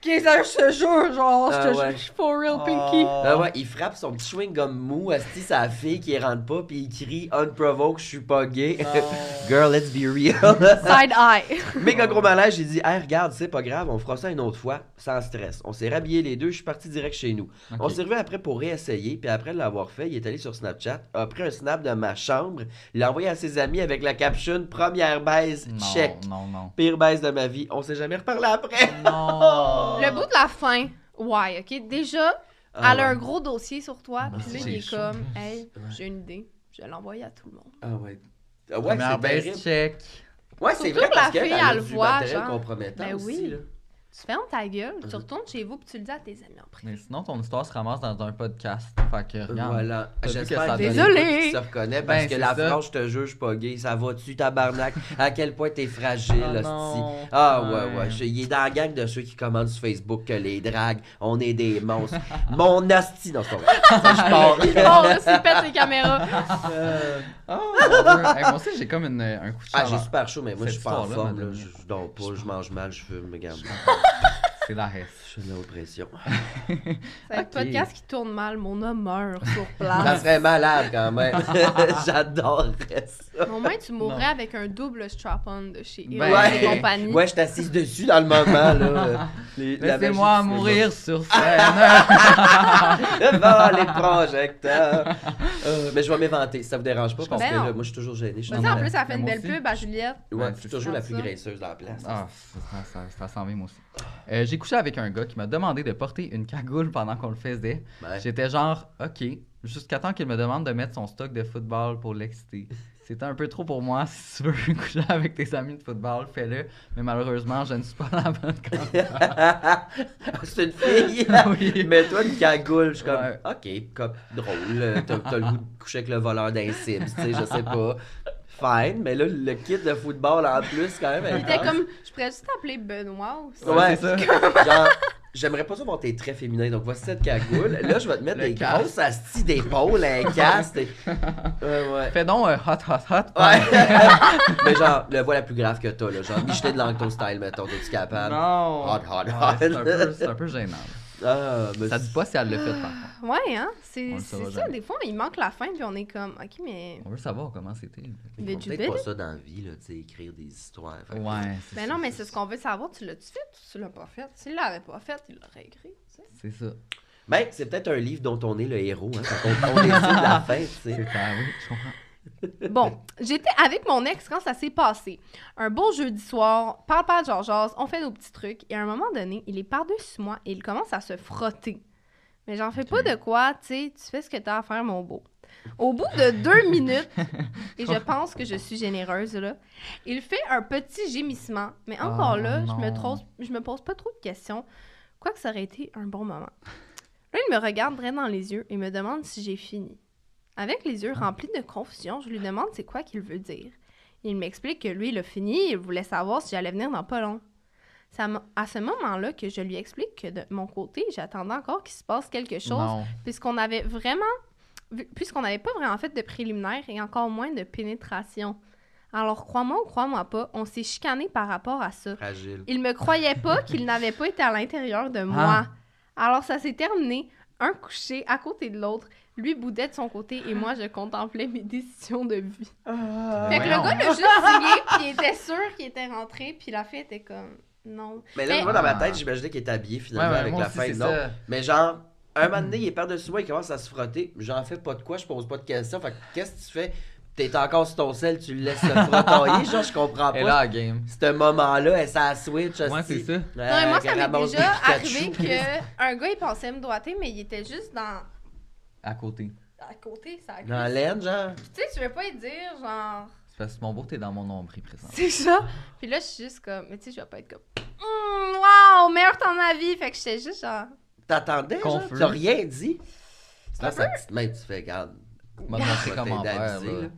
C: Qu'est-ce que je te jure, genre, je
D: Ah
C: te jure,
D: ouais.
C: je suis for real, Pinky.
D: Ah ouais, il frappe son petit chewing gum mou, asti, sa fille qui rentre pas, puis il crie unprovoked, je suis pas gay.
B: Ah.
D: Girl, let's be real.
C: Side eye.
D: Méga gros malaise, j'ai dit, hey, regarde, c'est pas grave, on fera ça une autre fois, sans stress. On s'est rhabillés les deux, je suis parti direct chez nous.
B: Ok.
D: On s'est revus après pour réessayer, puis après l'avoir fait, il est allé sur Snapchat, a pris un snap de ma chambre, l'a envoyé à ses amis avec la caption Première baise,
B: Non,
D: check.
B: Non, non.
D: Pire baisse de ma vie. On s'est jamais reparlé après.
B: Non.
C: Le bout de la fin, ouais, ok? Déjà,
D: Ah
C: elle a
D: ouais.
C: un gros dossier sur toi, puis là,
B: Ah, c'est
C: il est
B: chaud.
C: comme, hey, j'ai une idée, je vais l'envoyer à tout le monde.
D: Ah ouais. Ah ouais,
B: Première
D: c'est
B: base
D: terrible.
B: check.
D: Ouais, c'est
C: Surtout
D: vrai
C: que
D: parce
C: la
D: qu'elle
C: fille,
D: elle a
C: elle
D: du
C: voit,
D: matériel
C: genre.
D: compromettant
C: Ben
D: aussi,
C: oui.
D: là.
C: Tu fermes ta gueule,
B: Ah.
C: tu retournes chez vous, puis tu le dis à tes amis en privé.
B: Mais sinon, ton histoire se ramasse dans un podcast. Fait que regarde.
D: Voilà.
B: T'as vu
D: J'espère
B: que ça
D: que
B: donne-
C: Désolée.
D: qui se reconnaît
B: Ben,
D: parce que
B: c'est
D: la
B: ça.
D: phrase, je te juge, je suis pas gay. Ça va-tu, tabarnak? à quel point t'es fragile,
B: Ah
D: hostie.
B: non.
D: Ah ouais,
B: Ouais.
D: ouais. je- Il est dans la gang de ceux qui commandent sur Facebook que les dragues, on est des monstres. Mon hostie, non, c'est pas vrai. Ça, je
B: Ah
D: pars.
C: Bon, là, s'il pète les caméras.
B: Oh, mon Dieu. Hey, moi aussi, j'ai comme une- un coup de
D: Ah,
B: chaleur.
D: j'ai super chaud, mais moi, je
B: Cette
D: suis pas en
B: histoire-là
D: forme.
B: m'a
D: là.
B: donné-
D: Je je dors pas, je mange mal, je fume, me garde.
B: C'est la reste.
D: Je suis de la oppression.
C: C'est un
B: Ok.
C: podcast qui tourne mal, mon homme meurt sur
D: Ça
C: place.
D: serait malade quand même. Ah. J'adorerais
C: Mais
D: ça.
C: Au moins, tu mourrais avec un double strap-on de chez Eros
B: Ben,
C: et
B: ouais.
C: compagnie.
D: Ouais, je t'assise dessus dans le moment, là. Les- la
B: Laissez-moi
D: magie du
B: mourir sur scène.
D: cinéma. Devant Ah, les projecteurs. Euh, mais je vais m'éventer, si ça vous dérange pas,
B: Je
D: parce que
C: comprends.
D: là, moi, je suis toujours gêné. Je suis
C: Ben Mais
D: dans
C: ça,
D: la-
C: en plus, ça fait
B: Mais
C: une
B: moi
C: belle
B: aussi.
C: pub à Juliette.
D: Ouais,
B: Ouais,
D: je suis
B: c'est
D: toujours la
C: ça.
D: plus graisseuse dans la place.
B: Ah, ça, ça, ça s'en vient, moi aussi. Euh, j'ai couché avec un gars qui m'a demandé de porter une cagoule pendant qu'on le faisait.
D: Ouais.
B: J'étais genre, ok, jusqu'à temps qu'il me demande de mettre son stock de football pour l'exciter. C'était un peu trop pour moi. Si tu veux coucher avec tes amis de football, fais-le. Mais malheureusement, je ne suis pas la bonne candidate.
D: Ah, C'est une fille.
B: Oui.
D: Mets-toi une cagoule. Je suis comme,
B: Ouais.
D: OK, comme drôle. euh, T'as t'as le goût de coucher avec le voleur d'un Sims, tu sais, je sais pas. Fine, mais là, le kit de football en plus, quand même.
C: Il
B: Ah
C: était
D: intense.
C: comme, je pourrais juste t'appeler Benoît aussi.
D: Ouais,
B: c'est ça.
D: Genre, j'aimerais pas ça voir tes traits féminins, donc voici cette cagoule. Là, je vais te mettre
B: Le
D: des
B: casque.
D: grosses astis d'épaule, un casque. et- Ouais, ouais.
B: Fais donc euh, hot, hot, hot.
D: Ouais. mais genre, le voix la plus grave que t'as, là. Genre, Micheline de Langto style, mettons, t'es-tu capable?
B: Non.
D: Hot, hot,
B: Ouais, c'est, un peu,
D: hot.
B: c'est un peu gênant.
D: Ah, mais
B: Ça dit pas si elle le fait, par contre.
C: Ouais, hein? C'est
B: On le
C: c'est
B: saura
C: ça.
B: jamais.
C: Des fois, il manque la fin, puis on est comme, OK, mais.
B: On veut savoir comment c'était.
D: Ils font
C: Did you
D: peut-être
C: did
D: pas
C: it?
D: ça dans la vie, là, tu sais, écrire des histoires. Fait que-
B: Ouais.
C: Ben non, mais c'est ce qu'on veut savoir. Tu l'as-tu fait ou tu l'as pas fait? S'il l'avait pas fait, il l'aurait écrit. tu sais.
B: C'est ça.
D: Ben, c'est peut-être un livre dont on est le héros, hein. Fait qu'on- on, décide la fin, tu sais.
B: Ah oui, je comprends.
C: Bon, j'étais avec mon ex quand ça s'est passé. Un beau jeudi soir, parle pas de Georges, on fait nos petits trucs, et à un moment donné, il est par-dessus moi et il commence à se frotter. Mais j'en fais pas de quoi, tu sais, tu fais ce que t'as à faire, mon beau. Au bout de deux minutes, et je pense que je suis généreuse, là, il fait un petit gémissement. Mais encore
B: Ah,
C: là, je me,
B: non.
C: trose- je me pose pas trop de questions. Quoique ça aurait été un bon moment. Là, il me regarde droit dans les yeux et me demande si j'ai fini. Avec les yeux remplis de confusion, je lui demande c'est quoi qu'il veut dire. Il m'explique que lui, il a fini, il voulait savoir si j'allais venir dans pas long. C'est à, mo- à ce moment-là que je lui explique que de mon côté, j'attendais encore qu'il se passe quelque chose
B: Non.
C: puisqu'on avait vraiment vu- puisqu'on n'avait pas vraiment fait de préliminaire et encore moins de pénétration. Alors crois-moi ou crois-moi pas, on s'est chicané par rapport à ça.
D: Fragile.
C: Il me croyait pas qu'il n'avait pas été à l'intérieur de
B: Ah.
C: moi. Alors ça s'est terminé, un couché à côté de l'autre, lui boudait de son côté et moi je contemplais mes décisions de vie. Fait que le
B: Ah, Voyons.
C: gars l'a juste signé, puis il était sûr qu'il était rentré, puis la fille était comme non.
D: Mais là,
C: Mais-
D: moi, dans ma
B: Ah.
D: tête, j'imaginais qu'il était habillé finalement
B: Ouais, ouais,
D: avec
B: moi
D: la
B: aussi,
D: fin
B: c'est
D: de l'autre.
B: ça.
D: Mais genre, un moment donné, il est par-dessus moi, il commence à se frotter. J'en fais pas de quoi, je pose pas de questions. Fait que, qu'est-ce que tu fais? T'es encore sur ton sel, tu le laisses se frotter. genre, Ah, je comprends
B: Et là,
D: pas.
B: à game.
D: Ce moment-là, elle ça switch.
B: Ouais,
D: hostie.
B: c'est ça.
D: Euh,
C: Non, mais moi, ça
D: qu'elle
C: m'est
D: ramasse
C: déjà
D: des Pikachu.
C: arrivé qu'un gars, il pensait me doiter, mais il était juste dans...
B: À côté.
C: à côté, ça
D: Dans la
C: accuse.
D: laine, genre.
C: Tu sais, tu veux pas y dire, genre...
B: C'est parce que mon beau, t'es dans mon nombril présent.
C: C'est ça. Puis là, je suis juste comme... Mais tu sais, je vais pas être comme... Hum, wow, meilleur temps de ma vie! Fait que j'étais juste genre...
D: T'attendais, genre?
B: Confus.
D: T'as rien dit.
C: un
D: Là, sa petite main, tu fais, regarde.
B: M'a montré comment
D: t'aider à
B: faire,
D: viser,
B: là.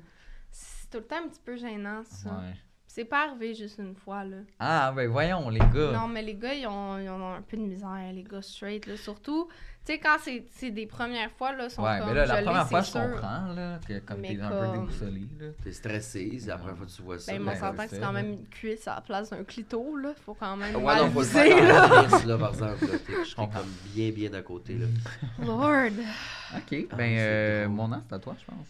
C: C'est tout le temps un petit peu gênant, ça.
B: Ouais.
C: C'est pas arrivé juste une fois, là.
B: Ah, ben voyons, les gars.
C: Non, mais les gars, ils ont, ils en ont un peu de misère, les gars straight, là. Surtout, tu sais, quand c'est c'est des premières fois, là, ils sont
B: ouais,
C: comme...
B: mais là,
C: je
B: la
C: l'ai,
B: première
C: c'est
B: fois, je
C: sûr.
B: comprends, là, que comme
C: Mais
B: t'es un peu
C: comme-
B: déboussolé, là.
D: T'es stressé, c'est la première fois que tu vois ça.
C: Ben,
D: mais-
C: moi,
B: ben,
C: on
B: le
C: s'entend que c'est
B: fait,
C: quand
B: là.
C: même une cuisse à la place d'un clito, là. Faut quand même
D: Ouais,
C: mal
D: non, faut le
C: viser,
D: faire
C: là.
D: dans la liste, là, par exemple. là. T'es- J'étais
B: comprends.
D: comme bien, bien à côté, là.
C: Lord!
B: Ok,
D: mais
B: ben,
D: c'est
B: euh,
D: drôle.
B: mon an, c'est à toi, je pense.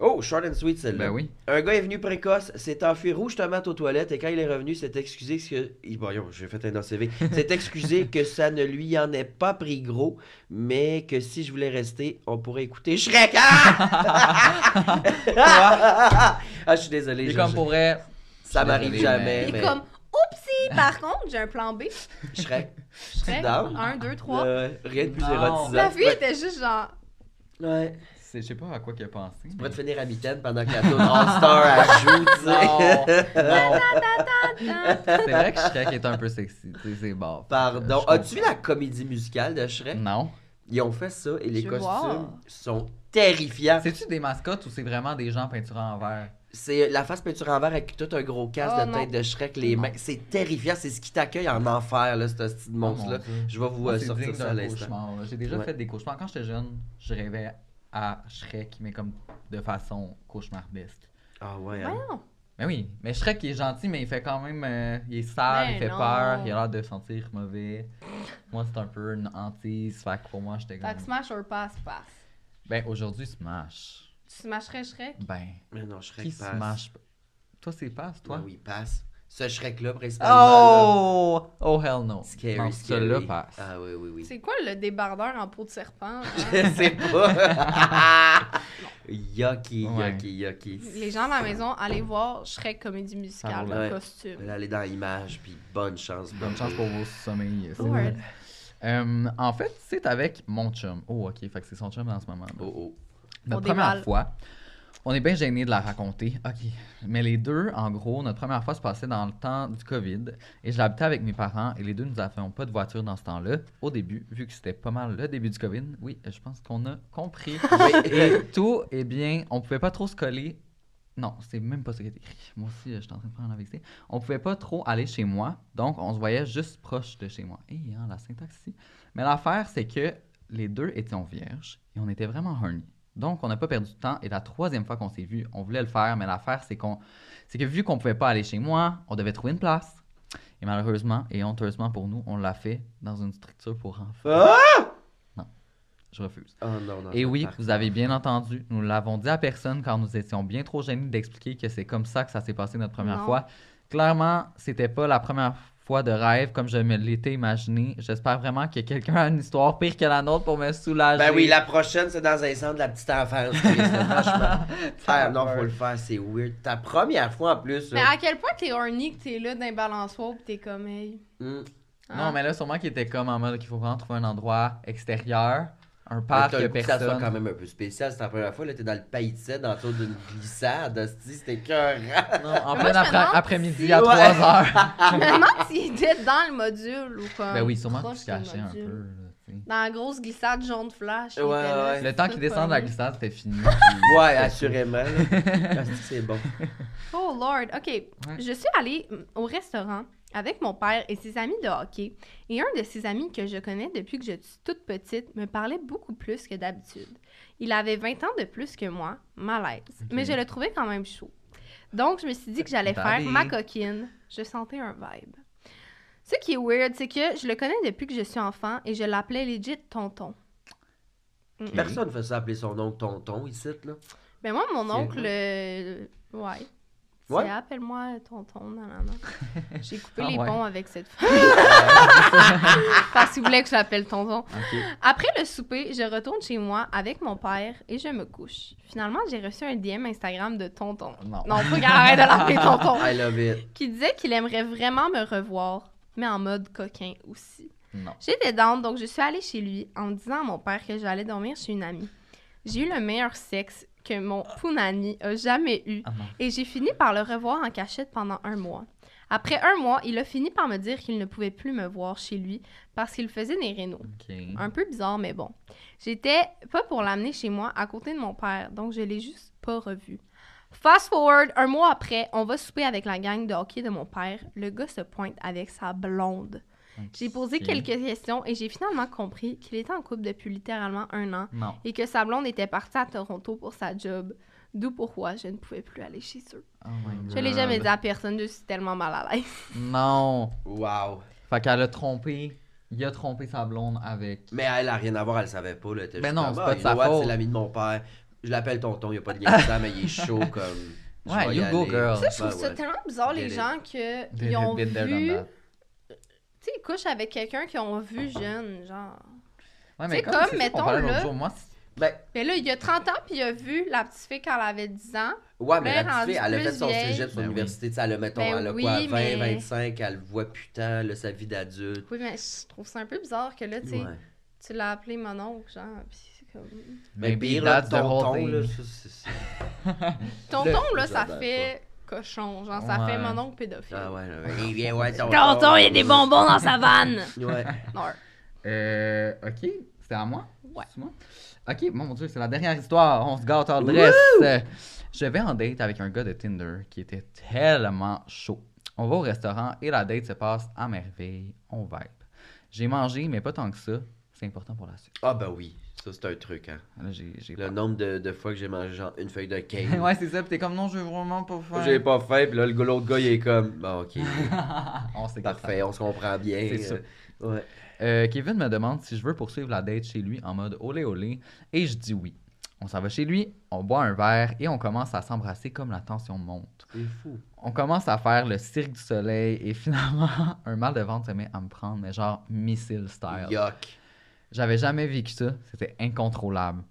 D: Oh, short and sweet, celle-là.
B: Ben oui.
D: Un gars est venu précoce, s'est enfui rouge tomate aux toilettes et quand il est revenu, s'est excusé que... il- Voyons, j'ai fait un ACV. s'est excusé que ça ne lui en est pas pris gros, mais que si je voulais rester, on pourrait écouter Shrek. Ah! ah, je suis désolé.
B: Et
D: je-
B: comme
D: je-
B: pour vrai, je
D: Ça
B: suis
D: m'arrive
B: désolé,
D: jamais.
C: Il est
D: mais-
C: comme, oupsie! Par contre, j'ai un plan B.
D: Shrek.
C: Prêt?
D: down.
C: Un, deux, trois.
D: Euh, rien de plus
B: Non.
D: érotisant.
C: La fille
D: Ouais.
C: était juste genre,
D: Ouais.
B: c'est- je sais pas à quoi qu'il a pensé.
D: On
B: mais-
D: pourrait te finir à mitaine pendant que la tour All-Star elle joue, tu sais.
B: Non, non.
C: ah,
B: C'est vrai que Shrek est un peu sexy, tu sais, c'est bon.
D: Pardon.
B: Euh, je
D: As-tu vu la comédie musicale de Shrek?
B: comprends. Non.
D: Ils ont fait ça et les
C: Je veux
D: costumes
C: voir.
D: sont terrifiants.
B: C'est-tu des mascottes ou c'est vraiment des gens peinture en verre?
D: C'est euh, la face peinture en verre avec tout un gros casque
C: Oh,
D: de
C: non.
D: tête de Shrek, les mains. C'est terrifiant. C'est ce qui t'accueille en enfer, là, ce petit monstre-là.
B: Ah, Dieu.
D: Je vais vous
B: Moi,
D: euh,
B: c'est
D: sortir
B: digne
D: ça à
B: d'un
D: l'instant.
B: cauchemar. là. J'ai déjà
D: Ouais.
B: fait des cauchemars. Quand j'étais jeune, je rêvais à Shrek, mais comme de façon cauchemardesque.
D: Ah ouais. hein.
C: voyons.
B: Mais oui, mais Shrek il est gentil, mais il fait quand même. euh, il est sale,
C: Mais
B: il fait
C: non.
B: peur, il a l'air de sentir mauvais. moi, c'est un peu une hantise. Fait que pour moi, j'étais
C: Fait que
B: comme.
C: smash or pass, pass.
B: Ben aujourd'hui, smash.
C: Tu smasherais Shrek?
B: Ben,
D: Mais non, Shrek
B: qui
D: passe.
B: smash Toi, c'est passe, toi
D: Ouais, oui, passe. Ce Shrek-là, principalement. là.
B: Oh! Oh, hell no.
D: Scary,
B: non,
D: scary.
B: celui-là passe.
D: Ah oui, oui, oui.
C: C'est quoi le débardeur en peau de serpent? hein? là?
D: Je sais pas. yucky,
B: Ouais.
D: yucky, yucky.
C: Les gens à la maison, allez voir Shrek comédie
B: Ah,
C: musicale,
B: ouais.
C: le
D: Ouais.
C: costume.
D: Là, aller dans l'image, puis bonne chance.
B: Bonne chance pour vos sommeils. c'est
C: Ouais.
B: vrai. Euh, en fait, c'est avec mon chum. Oh, ok, fait que c'est son chum en ce moment. là.
D: Oh, oh.
B: Notre
C: On
B: première
C: déballe.
B: fois, on est bien gêné de la raconter. OK. Mais les deux, en gros, notre première fois se passait dans le temps du COVID. Et je l'habitais avec mes parents et les deux, nous n'avions pas de voiture dans ce temps-là. Au début, vu que c'était pas mal le début du COVID, oui, je pense qu'on a compris. et tout, eh bien, on pouvait pas trop se coller. Non, c'est même pas ce qui est écrit. Moi aussi, je suis en train de faire un AVC. On pouvait pas trop aller chez moi, donc on se voyait juste proche de chez moi. Et la syntaxe ici. Mais l'affaire, c'est que les deux étions vierges et on était vraiment horny. Donc, on n'a pas perdu de temps. Et la troisième fois qu'on s'est vu, on voulait le faire, mais l'affaire, c'est qu'on, c'est que vu qu'on pouvait pas aller chez moi, on devait trouver une place. Et malheureusement et honteusement pour nous, on l'a fait dans une structure pour enfants. non, je refuse.
D: Oh non, non.
B: Et oui,
D: par-
B: vous avez bien entendu, nous l'avons dit à personne car nous étions bien trop gênés d'expliquer que c'est comme ça que ça s'est passé notre première
C: Non.
B: fois. Clairement, c'était pas la première fois de rêve comme je me l'étais imaginé. J'espère vraiment que quelqu'un a une histoire pire que la nôtre pour me soulager.
D: Ben oui, la prochaine, c'est dans un centre de la petite enfance. Chris, là, Franchement. Faire, non, faut le faire, c'est weird. Ta première fois en plus.
C: Mais
D: là.
C: à quel point t'es horny que t'es là d'un balançoire pis t'es comme, hey.
D: Hmm.
B: Non, mais là, sûrement qu'il était comme en mode qu'il faut vraiment trouver un endroit extérieur, un parc, il
D: T'as
B: n'y
D: le
B: a
D: coup que ça soit quand
B: personne.
D: même un peu spécial. C'était la première fois, là, t'es dans le pays de Sède, dans le tour d'une glissade. hostie, C'était écœurant.
B: Non, en
C: Moi,
B: plein
C: je me
B: après-
C: demande
B: après-midi
C: si-
B: à
D: Ouais.
B: 3 heures.
C: Je me demande s'il était dans le module ou comme.
B: Ah. ben oui, sûrement que
C: proche
B: tu
C: du
B: cachais un peu. là,
C: module.
B: tu sais.
C: Dans la grosse glissade jaune flash. il
D: Ouais,
C: était là,
D: ouais.
C: c'est
B: Le temps
C: tout
B: qu'ils descendent de la
C: pogné.
B: glissade, c'était fini.
D: Ouais, assurément. là. Hostie, C'est bon.
C: Oh Lord, ok. Je suis allée mm, au restaurant avec mon père et ses amis de hockey, et un de ses amis que je connais depuis que je suis toute petite me parlait beaucoup plus que d'habitude. Il avait 20 ans de plus que moi, malaise, mais je le trouvais quand même chaud. Donc, je me suis dit que j'allais faire
B: Daddy.
C: ma coquine. Je sentais un vibe. Ce qui est weird, c'est que je le connais depuis que je suis enfant et je l'appelais legit tonton.
D: Personne ne faisait appeler son oncle tonton ici, là.
C: Ben moi, mon
D: C'est
C: oncle, euh, ouais. C'est
D: Ouais?
C: appelle-moi tonton, non, non, non. J'ai coupé
B: Ah
C: les
B: ouais.
C: ponts avec cette femme. Parce qu'il voulait que je l'appelle tonton. Après le souper, je retourne chez moi avec mon père et je me couche. Finalement, j'ai reçu un DM Instagram de tonton.
B: Non.
C: Non, faut qu'il arrête de l'appeler tonton.
D: I love it.
C: Qui disait qu'il aimerait vraiment me revoir, mais en mode coquin aussi.
B: Non.
C: J'étais down, donc je suis allée chez lui en disant à mon père que j'allais dormir chez une amie. J'ai eu le meilleur sexe que mon punani a jamais eu
B: Ah non.
C: et j'ai fini par le revoir en cachette pendant un mois. Après un mois, il a fini par me dire qu'il ne pouvait plus me voir chez lui parce qu'il faisait des rénaux.
B: Ok.
C: Un peu bizarre, mais bon. J'étais pas pour l'amener chez moi à côté de mon père, donc je l'ai juste pas revu. Fast forward, un mois après, on va souper avec la gang de hockey de mon père. Le gars se pointe avec sa blonde. J'ai posé
B: Ok.
C: quelques questions et j'ai finalement compris qu'il était en couple depuis littéralement un an
B: Non.
C: et que sa blonde était partie à Toronto pour sa job. D'où pourquoi je ne pouvais plus aller chez eux.
B: Oh my
C: Je l'ai jamais
B: God.
C: dit à personne, je suis tellement mal à l'aise.
B: Non.
D: Wow.
B: Fait qu'elle a trompé. Il a trompé sa blonde avec.
D: Mais elle a rien à voir, elle savait pas. Là,
B: Mais Ben non, c'est pas de sa faute.
D: C'est l'ami de mon père. Je l'appelle tonton, il n'y a pas de lien avec ça, mais il est chaud comme. je
B: Ouais,
D: vais y
B: you go,
D: aller.
B: girl.
C: Ça, je trouve
D: Ouais,
C: ça
D: Bah ouais.
C: tellement bizarre, les
D: Get it.
C: gens,
B: Been
C: qu'ils ont
B: there, done
C: vu...
B: that.
C: Tu sais, ils couchent avec quelqu'un qu'ils ont vu jeune, genre.
B: Ouais,
C: C'est comme,
B: ça qu'on
C: mettons,
B: parlait l'autre
C: là-
B: jour, moi, c'est-
D: Ben,
C: Mais là, il a 30 ans, puis il a vu la petite fille quand elle avait 10 ans.
D: Ouais, mais
C: Ben,
D: la petite fille,
C: rendue
D: elle a fait
C: plus
D: son
C: vieille.
D: cégep, son
B: Ben oui.
D: université, tu sais, elle a, mettons,
C: Ben
D: elle a
C: oui,
D: quoi, 20,
C: mais-
D: 25, elle voit putain, là, sa vie d'adulte.
C: Oui, mais je trouve ça un peu bizarre que là, tu sais,
D: Ouais.
C: tu l'as appelé mon oncle, genre, puis c'est comme...
D: Mais
B: Maybe
D: pire, là,
B: that's the whole
D: tonton,
B: thing.
D: là, ça, c'est ça.
C: Tonton,
B: Le-
C: là, ça
D: J'adore
C: fait cochon, genre, ça
B: Ouais.
C: fait mon oncle pédophile.
D: Ah ouais, là, il vient, ouais, tonton.
C: Ah Tonton, il y a des bonbons dans sa vanne!
D: Ouais.
C: Non.
B: Euh, ok, c'était à moi?
C: Ouais.
B: C'est moi? Ok, mon Dieu, c'est la dernière histoire. On se gâte en dresse. Euh, Je vais en date avec un gars de Tinder qui était tellement chaud. On va au restaurant et la date se passe à merveille. On vibe. J'ai mangé, mais pas tant que ça. C'est important pour la suite.
D: Ah ben oui, ça, c'est un truc, hein.
B: Là, j'ai. j'ai
D: Le
B: peur.
D: nombre de, de fois que j'ai mangé, genre, une feuille de cake.
B: ouais, c'est ça. Puis t'es comme, non, je veux vraiment pas faire.
D: J'ai pas faim, puis là, le gars- l'autre gars, il est comme, bon, ok,
B: On s'est
D: parfait, on se comprend bien.
B: C'est ça.
D: Euh, Ouais.
B: Euh, Kevin me demande si je veux poursuivre la date chez lui en mode olé olé et je dis oui. On s'en va chez lui, on boit un verre et on commence à s'embrasser comme la tension monte.
D: C'est fou.
B: On commence à faire le cirque du soleil et finalement un mal de ventre se met à me prendre, mais genre missile style.
D: Yuck.
B: J'avais jamais vécu ça, c'était incontrôlable.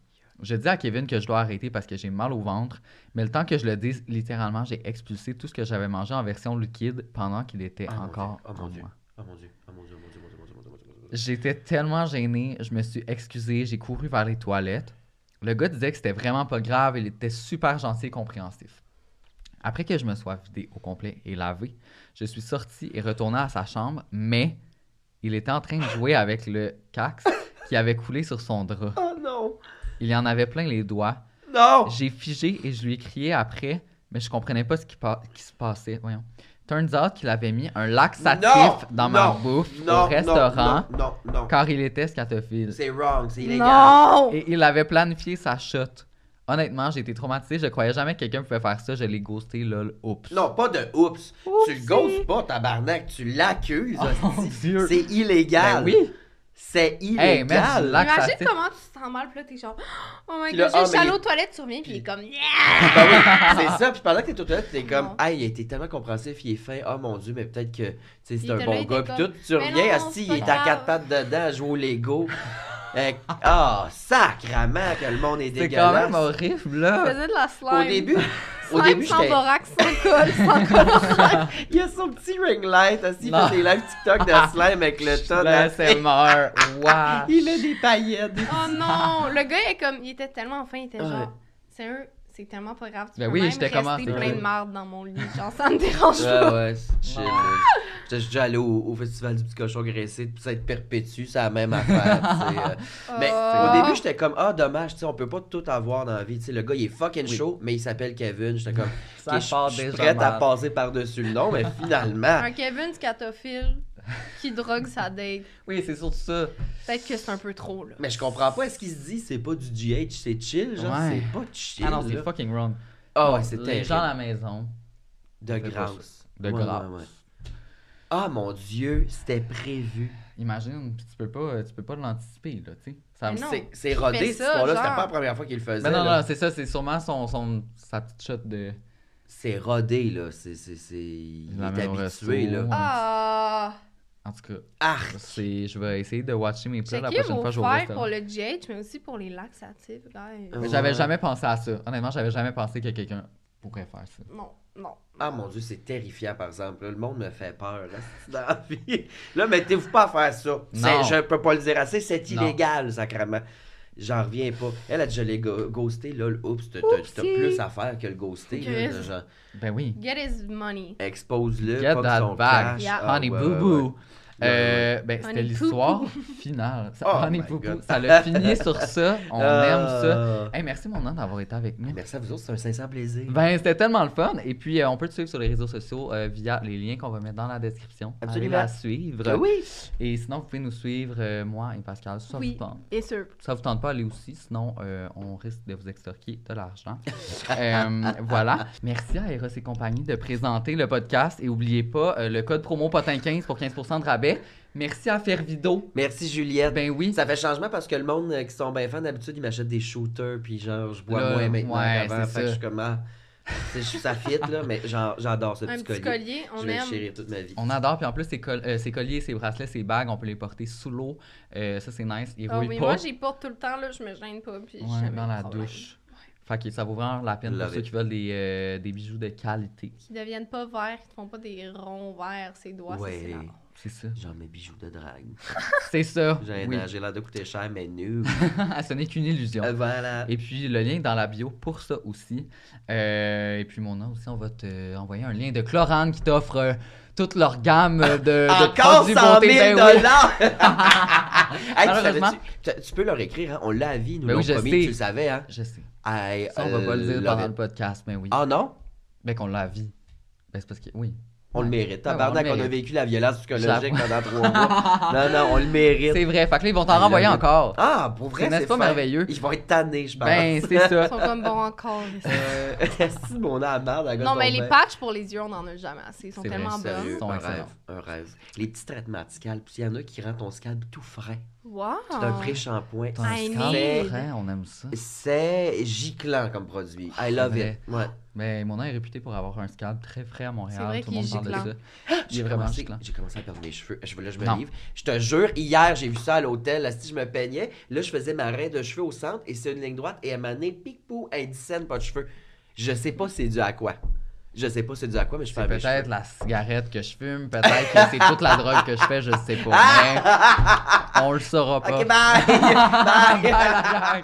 B: Je dis à Kevin que je dois arrêter parce que j'ai mal au ventre, mais le temps que je le dise, littéralement, j'ai expulsé tout ce que j'avais mangé en version liquide pendant qu'il était
D: Ah, mon
B: encore
D: Dieu. Ah,
B: en
D: mon Dieu.
B: moi.
D: Ah, mon Dieu. Ah, mon Dieu, mon Dieu, mon Dieu, mon Dieu, mon Dieu, mon Dieu, mon Dieu.
B: J'étais tellement gênée, je me suis excusée, j'ai couru vers les toilettes. Le gars disait que c'était vraiment pas grave, il était super gentil et compréhensif. Après que je me sois vidée au complet et lavée, je suis sortie et retournée à sa chambre, mais il était en train de jouer avec le cax qui avait coulé sur son drap.
D: Oh non.
B: Il y en avait plein les doigts.
D: Non.
B: J'ai figé et je lui ai crié après, mais je comprenais pas ce qui, pa- qui se passait. Voyons. Turns out qu'il avait mis un laxatif dans ma
D: non,
B: bouffe
D: non,
B: au restaurant,
D: Non, non, non. non.
B: car il était scatophile.
D: C'est wrong, c'est illégal.
C: Non!
B: Et il avait planifié sa shot. Honnêtement, j'ai été traumatisé. Je croyais jamais que quelqu'un pouvait faire ça. Je l'ai ghosté, lol, oups.
D: Non, pas de oups. Tu le ghostes pas, tabarnak. Tu l'accuses.
B: Oh, mon
D: hostie.
B: Dieu.
D: C'est illégal.
B: Ben oui.
D: C'est
B: Hey, mais
D: illégal.
B: tu l'as- Relax, ça
C: Imagine
B: fait-
C: comment tu te sens mal, puis là, t'es genre, oh my
D: Puis
C: god,
D: là, ah,
C: j'ai
D: mais
C: chalot
D: il-
C: aux toilettes, tu reviens, puis il est comme, yeah!
D: Ben oui, c'est ça. Puis pendant que t'es aux toilettes, t'es comme,
C: Non.
D: ah, il a été tellement compréhensif, il est fin. Oh mon Dieu, mais peut-être que tu sais,
C: Il
D: c'est un
C: était là,
D: bon
C: il
D: gars.
C: était
D: Puis tout,
C: comme,
D: tu
C: mais
D: reviens,
C: non,
D: assis,
C: c'est
D: il
C: pas
D: est à
C: grave.
D: quatre pattes dedans à jouer au Lego. Euh, Ah, sacrament que le monde est
B: C'est quand
D: dégueulasse.
B: même horrible,
C: Je
B: là.
C: faisais de la slime.
D: Au début, au
C: slime
D: début,
C: sans
D: j'étais-
C: borax, sans colle, sans colorant.
D: il y a son petit ring light, assis, il
B: Non.
D: fait des lives TikTok de slime avec le tas
B: Là,
D: de...
B: c'est mort. Wow.
D: Il a des paillettes.
C: oh non! Le gars, il, est comme, il était tellement fin, il était
D: Ouais.
C: genre, sérieux, c'est tellement pas grave. Tu
B: Ben
C: peux
B: oui,
C: même
B: j'étais
C: rester
B: comme en
C: plein
B: sécurité.
C: de marde dans mon lit. Genre, ça me dérange
D: Ouais,
C: pas.
D: ouais, c'est chill.
B: Ouais.
D: là. J'étais déjà allé au, au festival du petit cochon graissé, puis ça être perpétue, c'est la même affaire. tu sais, euh.
B: Ah!
D: Mais
C: Oh.
D: au début, j'étais comme, ah, dommage, tu sais, on peut pas tout avoir dans la vie. Tu sais, le gars, il est fucking chaud, mais il s'appelle Kevin. J'étais comme,
B: Ça
D: Ok, je-
B: part
D: je suis
B: déjà
D: prête à
B: mal.
D: passer par-dessus le nom, mais finalement,
C: Un Kevin scatophile qui drogue sa date.
B: Oui, c'est surtout ça.
C: Peut-être que c'est un peu trop, là.
D: mais je comprends pas, est-ce qu'il se dit, c'est pas du GH, c'est chill, genre,
B: Ouais.
D: c'est pas chill.
B: Ah non, c'est
D: là.
B: fucking wrong.
D: Ah ouais, c'est
B: Les
D: terrible.
B: gens à la maison.
D: De
B: Fais pas
D: grâce.
B: ça. De
D: Ouais,
B: grâce.
D: ouais, ouais. Ah mon dieu, c'était prévu.
B: Imagine, puis tu peux pas, euh, tu peux pas l'anticiper, là, tu sais. Ça
C: Mais non.
D: C'est- C'est
C: Qui
D: rodé
C: fait
D: cette
C: ça,
D: histoire-là,
C: genre?
D: c'était pas la première fois qu'il le faisait.
B: Mais non,
D: là.
B: non, c'est ça, c'est sûrement son, son, sa petite shot de.
D: C'est rodé, là. C'est, c'est, c'est... Il
B: La
D: est
B: main au
D: habitué,
B: resto.
D: là. Ah!
C: Ah!
B: En tout cas,
D: Arc!
B: c'est, je vais essayer de watcher mes plats la
C: Checker
B: prochaine
C: vos
B: fois. Je hein. vais au
C: fers
B: restaurant.
C: pour le GH, mais aussi pour les laxatifs, guys.
D: Euh,
B: Mais J'avais
D: Ouais.
B: jamais pensé à ça. Honnêtement, j'avais jamais pensé que quelqu'un pourrait faire ça.
C: Non, non.
D: Ah mon dieu, c'est terrifiant, par exemple. là. Le monde me fait peur, là, c'est dans la vie. Là, mettez-vous pas à faire ça.
B: Non.
D: C'est, je peux pas le dire assez, c'est
B: Non.
D: illégal, sacrément. J'en reviens pas. Elle a déjà les go- ghosté, là. le Oups, t'as, t'as- t'as
C: Oupsie.
D: plus à faire que le ghosté. là,
C: Chris.
D: genre,
B: Ben oui.
C: Get his money.
D: expose-le,
B: Get
D: pas que
B: that
D: son
B: bag,
D: cash.
C: Yeah.
D: Ah,
B: Honey
D: ouais,
B: Boo
D: ouais,
B: Boo.
D: ouais. Ouais,
B: Euh, ben, c'était
C: Honey Poo
B: l'histoire finale. Ça-
D: Oh
B: honey
D: my
B: Poo Poo.
D: God.
B: Ça l'a fini sur ça. On aime ça.
D: Euh,
B: Hey, merci, mon an, d'avoir été avec nous.
D: Ah, Merci à vous autres, c'est un sincère plaisir.
B: Ben, c'était tellement le fun. Et puis, euh, on peut te suivre sur les réseaux sociaux euh, via les liens qu'on va mettre dans la description.
D: Absolument.
B: Allez la suivre.
D: Ah oui!
B: Et sinon, vous pouvez nous suivre, euh, moi et Pascal, sur
C: Oui.
B: vous tente.
C: Bien sûr.
B: Ça vous tente pas aller aussi, sinon euh, on risque de vous extorquer de l'argent. Euh, voilà. Merci à Eros et compagnie de présenter le podcast et oubliez pas euh, le code promo potin15 pour 15% de rabais. Merci à Fervido.
D: Merci Juliette.
B: Ben oui.
D: Ça fait changement parce que le monde euh, qui sont bien fans, d'habitude, ils m'achètent des shooters, puis genre, je bois
B: Là,
D: moins maintenant
B: ouais,
D: qu'avant.
B: c'est
D: Fait que
B: ça.
D: je suis comme, ah, tu sais, je suis ça fit, là, mais genre, j'adore ce
C: Un
D: petit
C: petit
D: collier.
C: collier,
D: je
C: on
D: vais le
C: aime.
D: chérir toute ma vie.
B: On adore, puis en plus, ces, col- euh, ces colliers, ces bracelets, ces bagues, on peut les porter sous l'eau. Euh, ça, c'est nice. Ils
C: Ah
B: roulent
C: oui,
B: pas.
C: moi, j'y porte tout le temps, là, je me gêne pas. Puis j'ai
B: Ouais,
C: jamais
B: dans
C: de
B: la
C: problème.
B: douche. Fait que ça vaut vraiment la peine
D: Love
B: pour ceux
D: it.
B: qui veulent des, euh, des bijoux de qualité.
C: Qui deviennent pas verts, qui te font pas des ronds verts, ses doigts, ça, c'est
D: Ouais.
C: la-
B: C'est ça.
D: Genre mes bijoux de drague.
B: C'est ça.
D: J'ai
B: Oui. Ah,
D: j'ai l'air de coûter cher, mais nu.
B: Ce n'est qu'une illusion.
D: Euh, voilà.
B: Et puis le lien est dans la bio pour ça aussi. Euh, et puis mon nom aussi, on va te envoyer un lien de Chlorane qui t'offre euh, toute leur gamme de, euh, de
D: Encore
B: produits
D: 100 000
B: beauté. Ben oui.
D: dollars! Hey, tu,
B: Malheureusement.
D: savais-tu- tu- tu peux leur écrire, hein? on l'a à vie, nous
B: Ben
D: l'ont
B: oui, je
D: promis,
B: sais.
D: tu le savais. Hein?
B: Je sais.
D: Hey,
B: Ça, on va pas le dire
D: euh,
B: pendant
D: leur-
B: le podcast, mais oui.
D: Ah non?
B: Ben qu'on l'a vie. Ben c'est parce que oui.
D: On le mérite.
B: Ouais, on le
D: Tabarnak, on, a
B: mérite.
D: vécu la violence psychologique pendant trois mois. Non, non, on le mérite.
B: C'est vrai. Fait que là, ils vont t'en renvoyer
D: le-
B: encore.
D: Ah, pour vrai,
B: C'est- n'est-ce
D: c'est
B: pas
D: fin.
B: merveilleux?
D: Ils vont être tannés, je pense.
B: ben c'est
C: Ils
B: ça.
C: sont comme bon encore. les-
D: Euh, si mon âme merde,
C: non, mais les hein. patchs pour les yeux, on en a jamais assez. Ils sont
B: ben C'est vrai,
C: tellement
B: sérieux.
C: bons.
B: sont
D: un
B: excellents.
D: rêve, un rêve. Les petits traitements de scalp, il y en a qui rendent ton scalp tout frais.
C: Wow!
D: C'est un vrai shampoing.
B: Ton
C: Ah. I
B: scandale,
C: need.
B: hein, on aime ça.
D: C'est giclant comme produit. I love
B: Ah, vrai.
D: it. Ouais.
B: Mais Ben, mon nom est réputé pour avoir un scalp très frais à Montréal.
C: C'est vrai
B: Tout le
C: qu'il
B: monde
C: est
B: parle de
C: giclant.
B: ça. Il est
D: J'ai
B: vraiment
D: commencé,
B: giclant.
D: j'ai commencé à perdre mes cheveux. Je, là, je me
B: Non.
D: livre. Je te jure, hier, j'ai vu ça à l'hôtel. Si je me peignais, là, je faisais ma raie de cheveux au centre et c'est une ligne droite et elle m'a né pic-pou, indicène, pas de cheveux. Je sais pas c'est dû à quoi. Je sais pas c'est dû à quoi, mais je
B: C'est
D: perds mes
B: peut-être
D: cheveux.
B: la cigarette que je fume, peut-être que c'est toute la drogue que je fais, je sais pas. Mais on le saura pas.
D: Ah! OK, bye!
B: Bye,
D: bye!
B: la gang.